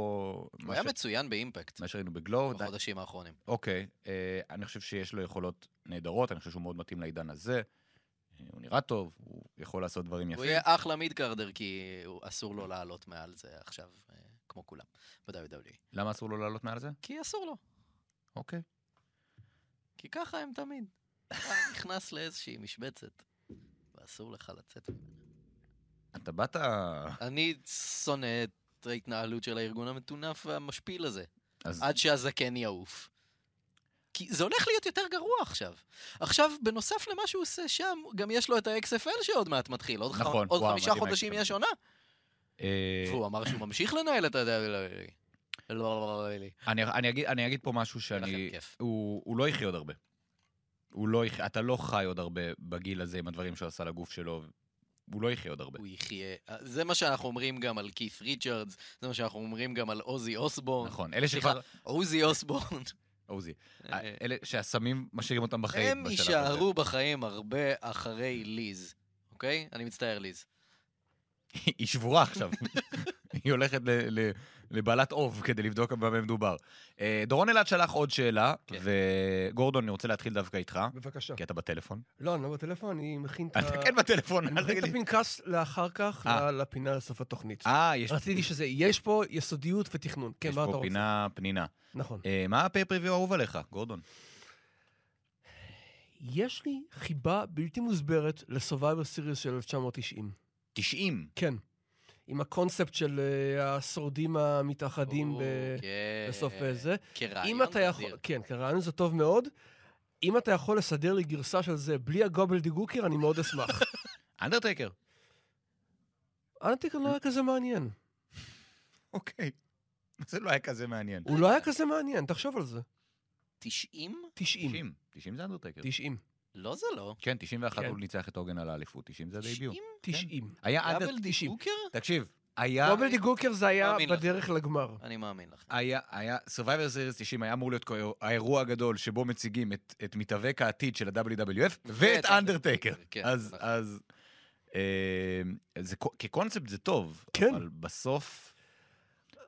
[SPEAKER 4] הוא
[SPEAKER 3] מה
[SPEAKER 4] היה
[SPEAKER 3] ש-
[SPEAKER 4] מצוין באימפקט
[SPEAKER 3] מה שראינו בגלו, די-
[SPEAKER 4] בחודשים האחרונים.
[SPEAKER 3] אוקיי, אה, אני חושב שיש לו יכולות נהדרות, אני חושב שהוא מאוד מתאים לעידן הזה. אה, הוא נראה טוב, הוא יכול לעשות דברים
[SPEAKER 4] הוא
[SPEAKER 3] יפים.
[SPEAKER 4] יהיה אחלה מידקרדר, כי הוא- אסור לו לעלות מעל זה עכשיו, אה, כמו כולם, ב-WWE.
[SPEAKER 3] למה אסור לו לעלות מעל זה?
[SPEAKER 4] כי אסור לו.
[SPEAKER 3] אוקיי.
[SPEAKER 4] כי ככה הם תמיד. אתה נכנס לאיזושהי משבצת, ואסור לך לצאת ממנה.
[SPEAKER 3] אתה באת...
[SPEAKER 4] אני שונא את ההתנהלות של הארגון המטונף והמשפיל הזה.
[SPEAKER 3] אז
[SPEAKER 4] עד שהזקן יעוף. כי זה הולך להיות יותר גרוע עכשיו. עכשיו, בנוסף למה שהוא עושה שם, גם יש לו את ה-XFL שעוד מעט מתחיל. עוד,
[SPEAKER 3] נכון,
[SPEAKER 4] ח... עוד
[SPEAKER 3] וואו,
[SPEAKER 4] חמישה
[SPEAKER 3] מדהים
[SPEAKER 4] חודשים
[SPEAKER 3] ה-
[SPEAKER 4] יש עונה.
[SPEAKER 3] אה,
[SPEAKER 4] והוא אמר שהוא ממשיך לנהל את ה-WWE. לא, לא, לא, לא, לא.
[SPEAKER 3] אני, אני, אגיד, אני אגיד פה משהו
[SPEAKER 4] לכם
[SPEAKER 3] שאני...
[SPEAKER 4] כיף.
[SPEAKER 3] הוא, הוא לא יחיה עוד הרבה. הוא לא יחיה, אתה לא חי עוד הרבה בגיל הזה עם הדברים שהוא עשה לגוף שלו. הוא לא יחיה עוד הרבה.
[SPEAKER 4] הוא יחיה. זה מה שאנחנו אומרים גם על כית' ריצ'רדס, זה מה שאנחנו אומרים גם על עוזי אוסבורן.
[SPEAKER 3] נכון, אלה
[SPEAKER 4] סליחה,
[SPEAKER 3] שכבר...
[SPEAKER 4] עוזי אוסבורן.
[SPEAKER 3] עוזי.
[SPEAKER 5] אה,
[SPEAKER 3] אה, אלה שהסמים משאירים אותם בחיים.
[SPEAKER 4] הם
[SPEAKER 3] בשלב הזה.
[SPEAKER 4] יישארו בחיים הרבה אחרי ליז, אוקיי? אני מצטער, ליז.
[SPEAKER 3] היא שבורה עכשיו. היא הולכת ל- ל- לבעלת אוב, כדי לבדוק במה מדובר. אה, דורון אלעד שלח עוד שאלה,
[SPEAKER 4] כן.
[SPEAKER 3] וגורדון, אני רוצה להתחיל דווקא איתך,
[SPEAKER 5] בבקשה.
[SPEAKER 3] כי אתה בטלפון.
[SPEAKER 5] לא, אני לא בטלפון, אני מכין את ה...
[SPEAKER 3] כן. אתה כן בטלפון,
[SPEAKER 5] אני
[SPEAKER 3] אל
[SPEAKER 5] מכין
[SPEAKER 3] תגיד
[SPEAKER 5] את
[SPEAKER 3] לי.
[SPEAKER 5] הפנקס לאחר כך
[SPEAKER 3] אה.
[SPEAKER 5] ל- לפינה לסוף התוכנית.
[SPEAKER 3] אה, יש
[SPEAKER 5] רציתי שזה, יש פה יסודיות ותכנון. כן,
[SPEAKER 3] יש
[SPEAKER 5] מה אתה
[SPEAKER 3] פה
[SPEAKER 5] רוצה?
[SPEAKER 3] פינה פנינה.
[SPEAKER 5] נכון.
[SPEAKER 3] אה, מה הפייפריוויו האהוב עליך, גורדון?
[SPEAKER 5] יש לי חיבה בלתי מוסברת לסורווייבר סיריוס של 1990.
[SPEAKER 3] 90.
[SPEAKER 5] כן. עם הקונספט של אה, השורדים המתאחדים
[SPEAKER 4] או,
[SPEAKER 5] ב-
[SPEAKER 4] כן.
[SPEAKER 5] בסוף אה, זה.
[SPEAKER 4] כרעיון
[SPEAKER 5] אם אתה
[SPEAKER 4] זה
[SPEAKER 5] יכול...
[SPEAKER 4] אדיר.
[SPEAKER 5] כן, כי הרעיון זה טוב מאוד. אם אתה יכול לסדר לי גרסה של זה בלי הגובל דיגוקר, אני מאוד אשמח.
[SPEAKER 3] אנדרטקר.
[SPEAKER 5] אנטיקר לא היה כזה מעניין.
[SPEAKER 3] אוקיי. זה לא היה כזה מעניין.
[SPEAKER 5] הוא לא היה כזה מעניין, תחשוב על זה.
[SPEAKER 4] 90?
[SPEAKER 5] 90.
[SPEAKER 3] 90. 90 זה אנדרטקר.
[SPEAKER 5] 90.
[SPEAKER 4] לא זה לא.
[SPEAKER 3] כן, 91
[SPEAKER 5] כן.
[SPEAKER 3] הוא ניצח את הוגן על האליפות, 90 זה הדייביוט.
[SPEAKER 4] 90?
[SPEAKER 5] 90.
[SPEAKER 3] היה אנדר...
[SPEAKER 4] דאבל
[SPEAKER 5] 90.
[SPEAKER 4] דיבוקר?
[SPEAKER 3] תקשיב, היה...
[SPEAKER 5] גובל דיגוקר זה היה
[SPEAKER 4] אה, מאמין לך.
[SPEAKER 5] בדרך לגמר.
[SPEAKER 4] אני מאמין לך.
[SPEAKER 3] היה, היה, Survivor Series 90 היה אמור להיות כאו- האירוע הגדול שבו מציגים את, את מתאבק העתיד של ה-WWF ואת
[SPEAKER 4] ואת
[SPEAKER 3] אנדרטקר.
[SPEAKER 4] Undertaker, כן,
[SPEAKER 3] אז,
[SPEAKER 4] נכון.
[SPEAKER 3] אז, אה, זה, קו- כקונספט זה טוב,
[SPEAKER 5] כן.
[SPEAKER 3] אבל בסוף,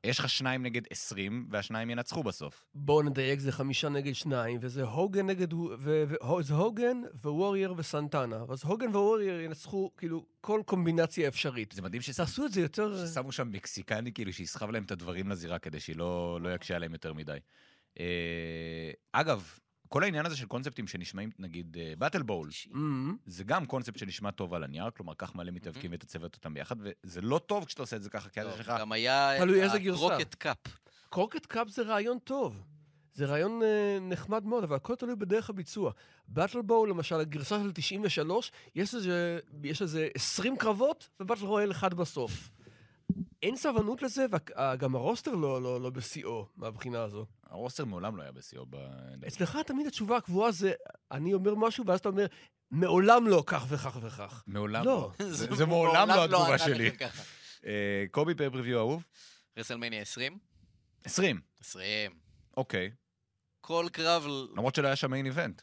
[SPEAKER 3] יש לך שניים נגד 20, והשניים ינצחו בסוף.
[SPEAKER 5] בואו נדייק, זה חמישה נגד שניים, וזה הוגן נגד... ו- ו- ו- זה הוגן וורייר וסנטנה. אז הוגן וורייר ינצחו, כאילו, כל קומבינציה אפשרית.
[SPEAKER 3] זה מדהים ששמו,
[SPEAKER 5] תעשו את זה יותר...
[SPEAKER 3] ששמו שם מקסיקני, כאילו, שיסחב להם את הדברים לזירה כדי שהיא לא, לא יקשה עליהם יותר מדי. אה, אגב, כל העניין הזה של קונספטים שנשמעים, נגיד, באטל בול,
[SPEAKER 4] 90.
[SPEAKER 5] אמ,
[SPEAKER 3] זה גם קונספט שנשמע טוב על הנייר, כלומר, קח מלא מתאבקים ותצוות אותם ביחד, וזה לא טוב כשאתה עושה את זה ככה, כי אז
[SPEAKER 4] טוב,
[SPEAKER 3] יש לך...
[SPEAKER 4] גם היה את
[SPEAKER 5] תלוי איזה גרסה.
[SPEAKER 4] הרוקט קאפ.
[SPEAKER 5] קורקט קאפ זה רעיון טוב. זה רעיון אה, נחמד מאוד, אבל הכל תלוי בדרך הביצוע. באטל בואו, למשל, הגרסה של 93, יש איזה, יש איזה 20 קרבות, ובאטל רואל אחד בסוף. אין סבלנות לזה, וגם הרוסטר לא, לא, לא בשיאו מהבחינה הזו.
[SPEAKER 3] הרוסטר מעולם לא היה בשיאו ב...
[SPEAKER 5] אצלך תמיד התשובה הקבועה זה, אני אומר משהו, ואז אתה אומר, מעולם לא כך וכך וכך.
[SPEAKER 3] מעולם
[SPEAKER 5] לא.
[SPEAKER 3] לא. זה זה מעולם לא התגובה
[SPEAKER 4] ענה לך
[SPEAKER 3] שלי.
[SPEAKER 4] ככה.
[SPEAKER 3] אה, קובי פרפריוויו אהוב?
[SPEAKER 4] רסלמניה 20?
[SPEAKER 3] 20.
[SPEAKER 4] 20.
[SPEAKER 3] אוקיי.
[SPEAKER 4] כל קרב, ל-
[SPEAKER 3] למרות שלא היה שם מיין איבנט.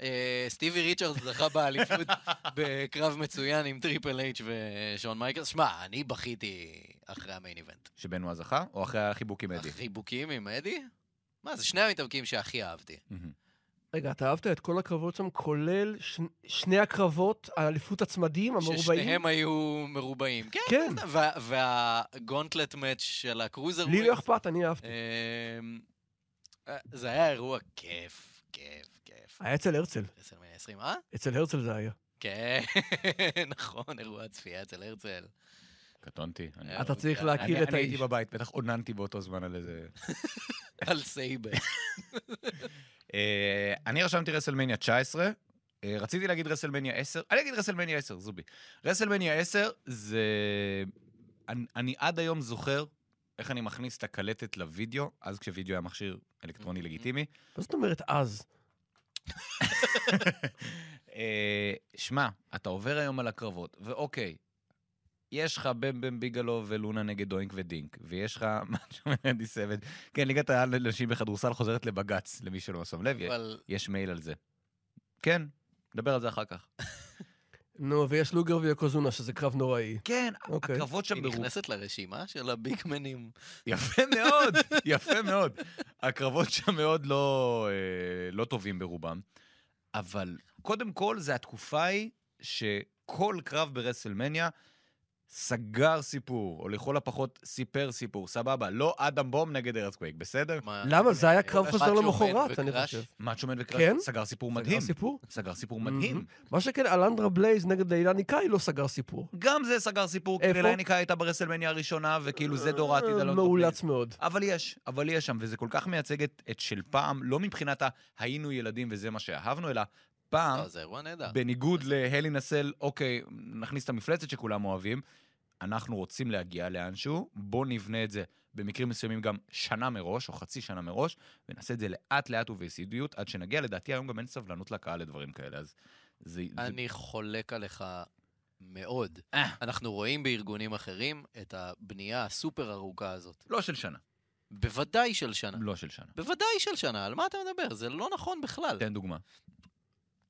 [SPEAKER 4] אה, סטיבי ריצ'רדס זכה באליפות בקרב מצוין עם טריפל אייץ' ושון מייקלס. שמע, אני בכיתי אחרי המיין איבנט.
[SPEAKER 3] שבנו זכה, או אחרי החיבוק עם אדי.
[SPEAKER 4] החיבוקים עם אדי? מה, זה שני המתאבקים שהכי אהבתי.
[SPEAKER 3] מהמם.
[SPEAKER 5] רגע, אתה אהבת את כל הקרבות שם, כולל ש... שני הקרבות על אליפות הצמדים, המרובעים?
[SPEAKER 4] ששניהם היו מרובעים. כן.
[SPEAKER 5] כן.
[SPEAKER 4] וה- והגונטלט מאץ' של הקרוזר
[SPEAKER 5] לי לא אכפת, אני אהבתי.
[SPEAKER 4] אמ, אה, זה היה אירוע כיף, כיף, כיף.
[SPEAKER 5] היה אצל הרצל.
[SPEAKER 4] רסלמניה 20, אה?
[SPEAKER 5] אצל הרצל זה היה.
[SPEAKER 4] כן, נכון, אירוע הצפייה אצל הרצל.
[SPEAKER 3] קטונתי. אני-
[SPEAKER 4] אה,
[SPEAKER 5] אתה צריך
[SPEAKER 4] אוקיי.
[SPEAKER 5] להכיר
[SPEAKER 3] אני-
[SPEAKER 5] את
[SPEAKER 3] אני הייתי
[SPEAKER 5] האיש.
[SPEAKER 3] בבית, בטח עוננתי באותו זמן על איזה...
[SPEAKER 4] על סייבר.
[SPEAKER 3] אה, אני רשמתי רסלמניה 19, אה, רציתי להגיד רסלמניה 10, אני אגיד רסלמניה 10, זובי. רסלמניה 10 זה... אני, אני עד היום זוכר איך אני מכניס את הקלטת לוידאו, אז כשווידאו היה מכשיר אלקטרוני לגיטימי.
[SPEAKER 5] מה זאת אומרת אז?
[SPEAKER 3] אה, שמע, אתה עובר היום על הקרבות, ואוקיי, יש לך בם בם ביגלו ולונה נגד דוינק ודינק, ויש לך מה שאומר אנדי סבד. כן, ליגת העל לנשים בכדורסל חוזרת לבג"ץ, למי שלא שם
[SPEAKER 5] כן.
[SPEAKER 3] לב, יש-
[SPEAKER 4] אבל
[SPEAKER 3] יש מייל על זה. כן, נדבר על זה אחר כך.
[SPEAKER 5] נו, ויש לוגר ויוקוזונה, שזה קרב נוראי.
[SPEAKER 3] כן,
[SPEAKER 5] אוקיי.
[SPEAKER 3] הקרבות שם
[SPEAKER 4] היא
[SPEAKER 3] ברוב...
[SPEAKER 4] נכנסת לרשימה של הביגמנים.
[SPEAKER 3] יפה מאוד, יפה מאוד. הקרבות שם מאוד לא, אה, לא טובים ברובם, אבל קודם כל, זה התקופה היא שכל קרב ברסלמניה סגר סיפור, או לכל הפחות סיפר סיפור, סבבה, לא אדם בום נגד ארזקווייק, בסדר?
[SPEAKER 4] מה- אה,
[SPEAKER 5] למה? זה היה קרב
[SPEAKER 4] אחד
[SPEAKER 5] חוזר
[SPEAKER 4] שעומד
[SPEAKER 5] למחרת, אני
[SPEAKER 4] וקרש.
[SPEAKER 5] חושב.
[SPEAKER 3] מאצ'ו מן וקראש
[SPEAKER 5] כן?
[SPEAKER 3] סגר סיפור
[SPEAKER 5] סגר
[SPEAKER 3] מדהים.
[SPEAKER 5] סיפור?
[SPEAKER 3] סגר סיפור מדהים.
[SPEAKER 5] מה שכן, אלנדרה בלייז נגד לאילניקאי לא סגר סיפור.
[SPEAKER 3] גם זה סגר סיפור,
[SPEAKER 5] איפה?
[SPEAKER 3] כי לייניקה הייתה ברסלמניה הראשונה, וכאילו כאילו, זה דור העתיד לא
[SPEAKER 5] אה,
[SPEAKER 3] על אונטו פלייס.
[SPEAKER 5] מאולץ מאוד.
[SPEAKER 3] אבל יש, אבל יש שם, וזה כל כך מייצג את, את של פעם, לא מבחינת ה- היינו ילדים וזה מה שאהבנו, אלא פעם,
[SPEAKER 4] לא, זה אירוע נהדר.
[SPEAKER 3] בניגוד להלי נסל, אוקיי, נכניס את המפלצת שכולם אוהבים, אנחנו רוצים להגיע לאנשהו, בואו נבנה את זה במקרים מסוימים גם שנה מראש, או חצי שנה מראש, ונעשה את זה לאט-לאט וביסודיות, עד שנגיע, לדעתי היום גם אין סבלנות לקהל לדברים כאלה, אז זה... זה-
[SPEAKER 4] אני חולק עליך מאוד.
[SPEAKER 3] אה.
[SPEAKER 4] אנחנו רואים בארגונים אחרים את הבנייה הסופר ארוכה הזאת.
[SPEAKER 3] לא של שנה,
[SPEAKER 4] בוודאי של שנה.
[SPEAKER 3] לא של שנה.
[SPEAKER 4] בוודאי של שנה, על מה אתה מדבר? זה לא
[SPEAKER 3] כן.
[SPEAKER 4] נכון בכלל.
[SPEAKER 3] תן דוגמה.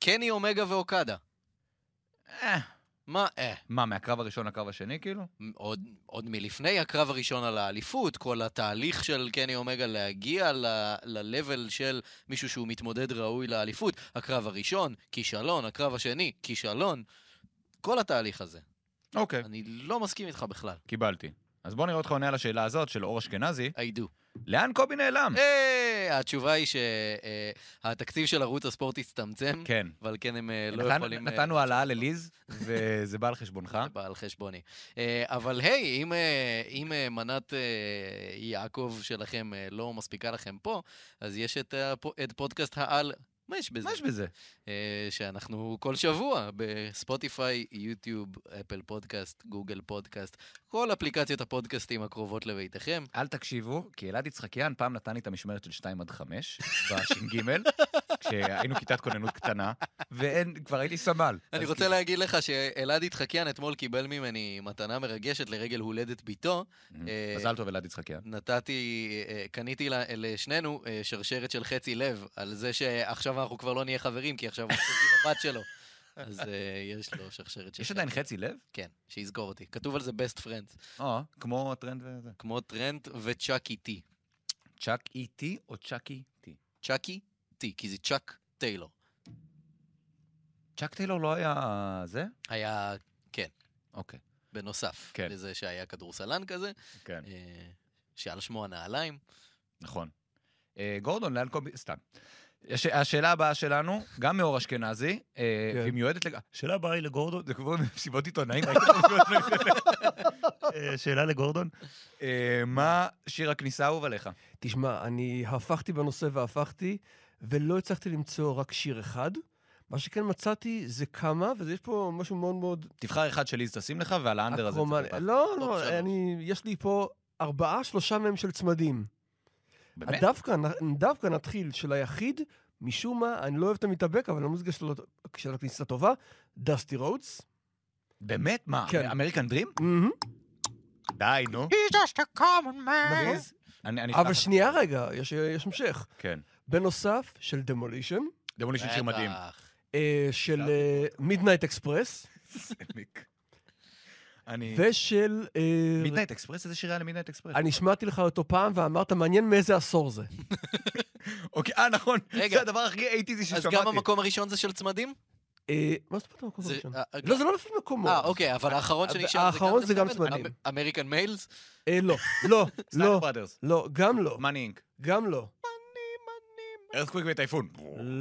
[SPEAKER 4] קני אומגה ואוקדה.
[SPEAKER 3] אה,
[SPEAKER 4] מה, אה,
[SPEAKER 3] מה, מהקרב הראשון לקרב השני, כאילו?
[SPEAKER 4] עוד, עוד מלפני הקרב הראשון על האליפות, כל התהליך של קני אומגה להגיע ל-level של מישהו שהוא מתמודד ראוי לאליפות, הקרב הראשון, כישלון, הקרב השני, כישלון, כל התהליך הזה.
[SPEAKER 3] אוקיי.
[SPEAKER 4] אני לא מסכים איתך בכלל.
[SPEAKER 3] קיבלתי. אז בוא נראה אותך עונה על השאלה הזאת של אור אשכנזי,
[SPEAKER 4] I do.
[SPEAKER 3] לאן קובי נעלם?
[SPEAKER 4] אה, התשובה היא שהתקציב של ערוץ הספורט הצטמצם,
[SPEAKER 3] כן.
[SPEAKER 4] אבל כן הם אה, לא
[SPEAKER 3] נתן-
[SPEAKER 4] יכולים... אה,
[SPEAKER 3] נתנו העלאה לליז, וזה בא על חשבונך.
[SPEAKER 4] זה בא על חשבוני. אה, אבל היי, אם, אה, אם אה, מנת אה, יעקב שלכם אה, לא מספיקה לכם פה, אז יש את, הפו- את פודקאסט העל. מה יש בזה?
[SPEAKER 3] מה יש בזה?
[SPEAKER 4] אה, שאנחנו כל שבוע בספוטיפיי, יוטיוב, אפל פודקאסט, גוגל פודקאסט, כל אפליקציות הפודקאסטים הקרובות לביתכם.
[SPEAKER 3] אל תקשיבו, כי אלעד יצחקיאן פעם נתן לי את המשמרת של 2 עד 5, בש"ג, כשהיינו כיתת כוננות קטנה, ואין, כבר הייתי סמל.
[SPEAKER 4] אני
[SPEAKER 3] אז
[SPEAKER 4] רוצה
[SPEAKER 3] כאילו-
[SPEAKER 4] להגיד לך שאלעד יצחקיאן אתמול קיבל ממני מתנה מרגשת לרגל הולדת ביתו. אה,
[SPEAKER 3] מזל טוב, אלעד יצחקיאן.
[SPEAKER 4] נתתי, אה, קניתי לה- לשנינו אה, שרשרת של חצי לב, על זה שעכשיו אנחנו כבר לא נהיה חברים, כי עכשיו הוא עסוק עם הבת שלו. אז אה, יש לו שרשרת של
[SPEAKER 3] יש עדיין חצי לב?
[SPEAKER 4] כן, שיזכור אותי. כתוב על זה best friends,
[SPEAKER 3] אה, כמו הטרנד וזה.
[SPEAKER 4] כמו טרנט וצ'אק איטי.
[SPEAKER 3] צ'אק E.T. או צ'אקי T?
[SPEAKER 4] צ'אקי טי, כי זה צ'אק טיילור.
[SPEAKER 3] צ'אק טיילור לא היה זה?
[SPEAKER 4] היה
[SPEAKER 3] אוקיי.
[SPEAKER 4] בנוסף
[SPEAKER 3] כן.
[SPEAKER 4] לזה שהיה כדורסלן כזה,
[SPEAKER 3] כן,
[SPEAKER 4] אה, שעל שמו הנעליים.
[SPEAKER 3] נכון. אה, גורדון, לאן קובי... סתם. הש- השאלה הבאה שלנו, גם מאור אשכנזי, אה,
[SPEAKER 5] כן.
[SPEAKER 3] והיא מיועדת לג... השאלה הבאה היא לגורדון, זה כבר מסיבות עיתונאים, ראיתם את המסיבות עיתונאים האלה? אה, שאלה לגורדון. אה, מה שיר הכניסה האהוב עליך?
[SPEAKER 5] תשמע, אני הפכתי בנושא והפכתי, ולא הצלחתי למצוא רק שיר אחד. מה שכן מצאתי זה כמה, ויש פה משהו מאוד מאוד
[SPEAKER 3] תבחר אחד שליז תשים לך, ועל האנדר הזה...
[SPEAKER 5] אקרומני.
[SPEAKER 3] תספר.
[SPEAKER 5] לא,
[SPEAKER 4] טופ שלוש.
[SPEAKER 5] לא, אני, יש לי פה ארבעה, שלושה מהם של צמדים.
[SPEAKER 3] באמת?
[SPEAKER 5] דווקא, נ- דווקא נתחיל של היחיד, משום מה, אני לא אוהב את המתאבק, אבל המוזיקה שלו, של הכניסה טובה, דסטי רודס.
[SPEAKER 3] באמת? מה,
[SPEAKER 5] כן.
[SPEAKER 3] אמריקן דרים? די, נו.
[SPEAKER 5] נכון.
[SPEAKER 4] אה.
[SPEAKER 3] אני- אני
[SPEAKER 5] אבל
[SPEAKER 3] אשלח לך.
[SPEAKER 5] שנייה רגע, יש, יש המשך.
[SPEAKER 3] כן.
[SPEAKER 5] בנוסף, של דמולישן,
[SPEAKER 3] דמולישן שיר מדהים.
[SPEAKER 4] בטח.
[SPEAKER 5] אה, של מידנייט אקספרס,
[SPEAKER 3] סמיק.
[SPEAKER 4] כן.
[SPEAKER 3] אני...
[SPEAKER 5] ושל... אה,
[SPEAKER 3] מידנייט אקספרס? איזה שיר היה למידנייט אקספרס?
[SPEAKER 5] אני השמעתי לך אותו פעם, ואמרת, מעניין מאיזה עשור זה.
[SPEAKER 3] אוקיי, אה, נכון.
[SPEAKER 4] רגע.
[SPEAKER 3] זה הדבר הכי אייטיזי
[SPEAKER 4] אז
[SPEAKER 3] ששמעתי.
[SPEAKER 4] גם המקום הראשון זה של צמדים?
[SPEAKER 5] אה, מה זאת אומרת המקום
[SPEAKER 4] זה-
[SPEAKER 5] הראשון?
[SPEAKER 4] אה, אה,
[SPEAKER 5] לא, זה לא לפי מקומו.
[SPEAKER 4] אה, אוקיי, אבל האחרון
[SPEAKER 5] אה,
[SPEAKER 4] שנשאר
[SPEAKER 5] האחרון זה גם צמדים.
[SPEAKER 4] אמ- אמריקן מיילס?
[SPEAKER 5] אה, לא, לא,
[SPEAKER 3] סטייל
[SPEAKER 4] נכון.
[SPEAKER 5] לא,
[SPEAKER 3] בראדרס.
[SPEAKER 5] לא, גם לא,
[SPEAKER 3] מאני אינק.
[SPEAKER 5] גם לא,
[SPEAKER 3] ארת'קוויק וטייפון.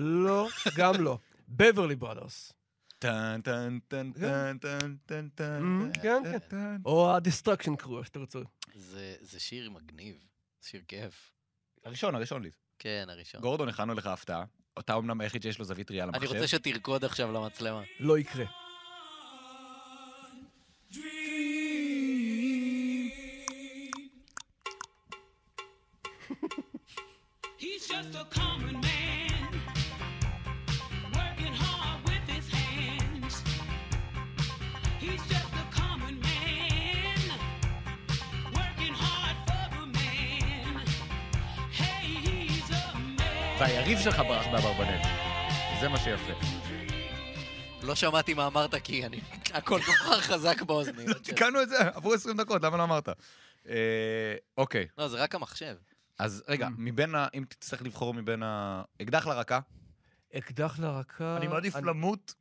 [SPEAKER 5] לא, גם לא. בברלי בראדרס.
[SPEAKER 3] טן טן טן טן טן טן טן.
[SPEAKER 5] כן, כן.
[SPEAKER 3] טן.
[SPEAKER 5] או הדיסטרקשן קרו, איך שתרצו.
[SPEAKER 4] זה, זה שיר מגניב, זה שיר כיף.
[SPEAKER 3] הראשון, הראשון ליז.
[SPEAKER 4] כן, הראשון.
[SPEAKER 3] לא. גורדון, הכנו לך הפתעה. אתה אמנם היחיד שיש לו זווית ראייה למחשב.
[SPEAKER 4] אני רוצה שתרקוד עכשיו למצלמה.
[SPEAKER 5] לא יקרה.
[SPEAKER 6] He's just a common man, working hard with his hands. He's just a common man, working hard for the man. Hey, he's a man.
[SPEAKER 3] והיריב שלך ברח באברבנל. זה מה שיפה.
[SPEAKER 4] כן. לא שמעתי מה אמרת כי אני... הכל כל כך חזק באוזנים.
[SPEAKER 3] תיקנו את זה, עברו 20 דקות, למה לא אמרת? אה, אוקיי,
[SPEAKER 4] לא, זה רק המחשב.
[SPEAKER 3] אז רגע,
[SPEAKER 5] Mm.
[SPEAKER 3] מבין ה... אם תצטרך לבחור מבין ה... אקדח לרקה.
[SPEAKER 5] אקדח לרקה...
[SPEAKER 3] למות.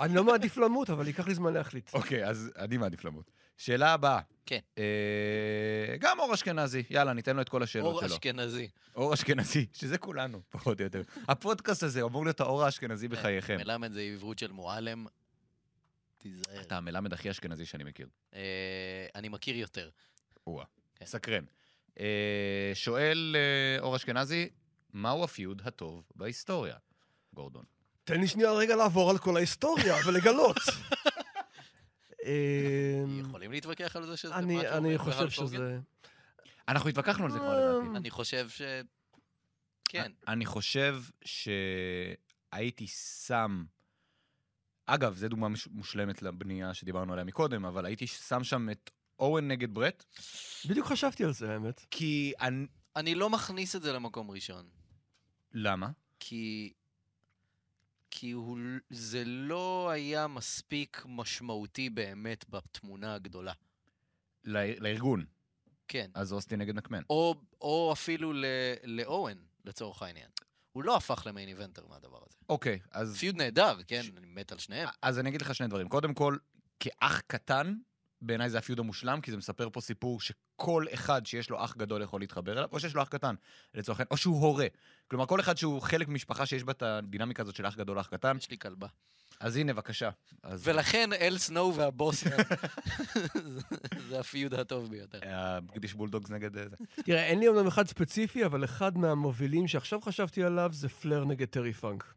[SPEAKER 5] אני לא מעדיף למות, אבל ייקח לי זמן להחליט.
[SPEAKER 3] אוקיי, אז אני מעדיף למות. שאלה הבאה.
[SPEAKER 4] כן.
[SPEAKER 3] אה, גם אור אשכנזי, יאללה, ניתן לו את כל
[SPEAKER 5] כן, לא,
[SPEAKER 3] השאלות
[SPEAKER 4] אור
[SPEAKER 3] שלו.
[SPEAKER 4] אשכנזי.
[SPEAKER 3] אור אשכנזי, שזה כולנו, פחות או יותר. הפודקאסט הזה אמור להיות האור האשכנזי
[SPEAKER 5] כן.
[SPEAKER 3] בחייכם.
[SPEAKER 4] מלמד זה עברות של מועלם. תיזהר.
[SPEAKER 3] אתה המלמד הכי אשכנזי שאני מכיר.
[SPEAKER 4] אה, אני מכיר יותר.
[SPEAKER 3] או-אה.
[SPEAKER 4] כן.
[SPEAKER 3] סקרן. אה, שואל אה, אור אשכנזי, מהו הפיוד הטוב בהיסטוריה? גורדון.
[SPEAKER 5] תן לי שנייה רגע לעבור על כל ההיסטוריה ולגלות. אמ,
[SPEAKER 4] יכולים להתווכח על זה שזה
[SPEAKER 5] אני-
[SPEAKER 4] מאצ'ו
[SPEAKER 5] אני
[SPEAKER 4] ורן
[SPEAKER 5] חושב
[SPEAKER 4] פוגן?
[SPEAKER 5] שזה...
[SPEAKER 3] אנחנו התווכחנו על זה כבר, לדעתי.
[SPEAKER 4] אני חושב ש... אמ, כן.
[SPEAKER 3] אני חושב שהייתי שם... אגב, זו דוגמה מש- מושלמת לבנייה שדיברנו עליה מקודם, אבל הייתי שם שם את אורן נגד ברט,
[SPEAKER 5] בדיוק חשבתי על זה, האמת.
[SPEAKER 3] כי אני...
[SPEAKER 4] אני לא מכניס את זה למקום ראשון.
[SPEAKER 3] למה?
[SPEAKER 4] כי כי הוא, זה לא היה מספיק משמעותי באמת בתמונה הגדולה.
[SPEAKER 3] לאר- לארגון.
[SPEAKER 4] כן.
[SPEAKER 3] אז אוסטין נגד מקמן.
[SPEAKER 4] או, או אפילו ל, לאוהן, לצורך העניין. הוא לא הפך למיין איבנטר מהדבר הזה.
[SPEAKER 3] אוקיי, אז...
[SPEAKER 4] פיוד נהדר, כן? אני מת על שניהם.
[SPEAKER 3] אז אני אגיד לך שני דברים. קודם כל, כאח קטן, בעיניי זה הפיוד המושלם, כי זה מספר פה סיפור שכל אחד שיש לו אח גדול יכול להתחבר אליו, או שיש לו אח קטן, לצורך העניין, או שהוא הורה. כלומר, כל אחד שהוא חלק ממשפחה שיש בה את הדינמיקה הזאת של אח גדול, אח קטן,
[SPEAKER 4] יש לי כלבה.
[SPEAKER 3] אז הנה, בבקשה. אז...
[SPEAKER 4] ולכן אל סנואו והבוס, זה-
[SPEAKER 3] כן.
[SPEAKER 4] זה הפיוד הטוב ביותר.
[SPEAKER 3] אה, הקדיש בולדוגס נגד אה, זה.
[SPEAKER 5] תראה, אין לי אומנם אחד ספציפי, אבל אחד מהמובילים שעכשיו חשבתי עליו זה פלר נגד טרי פאנק.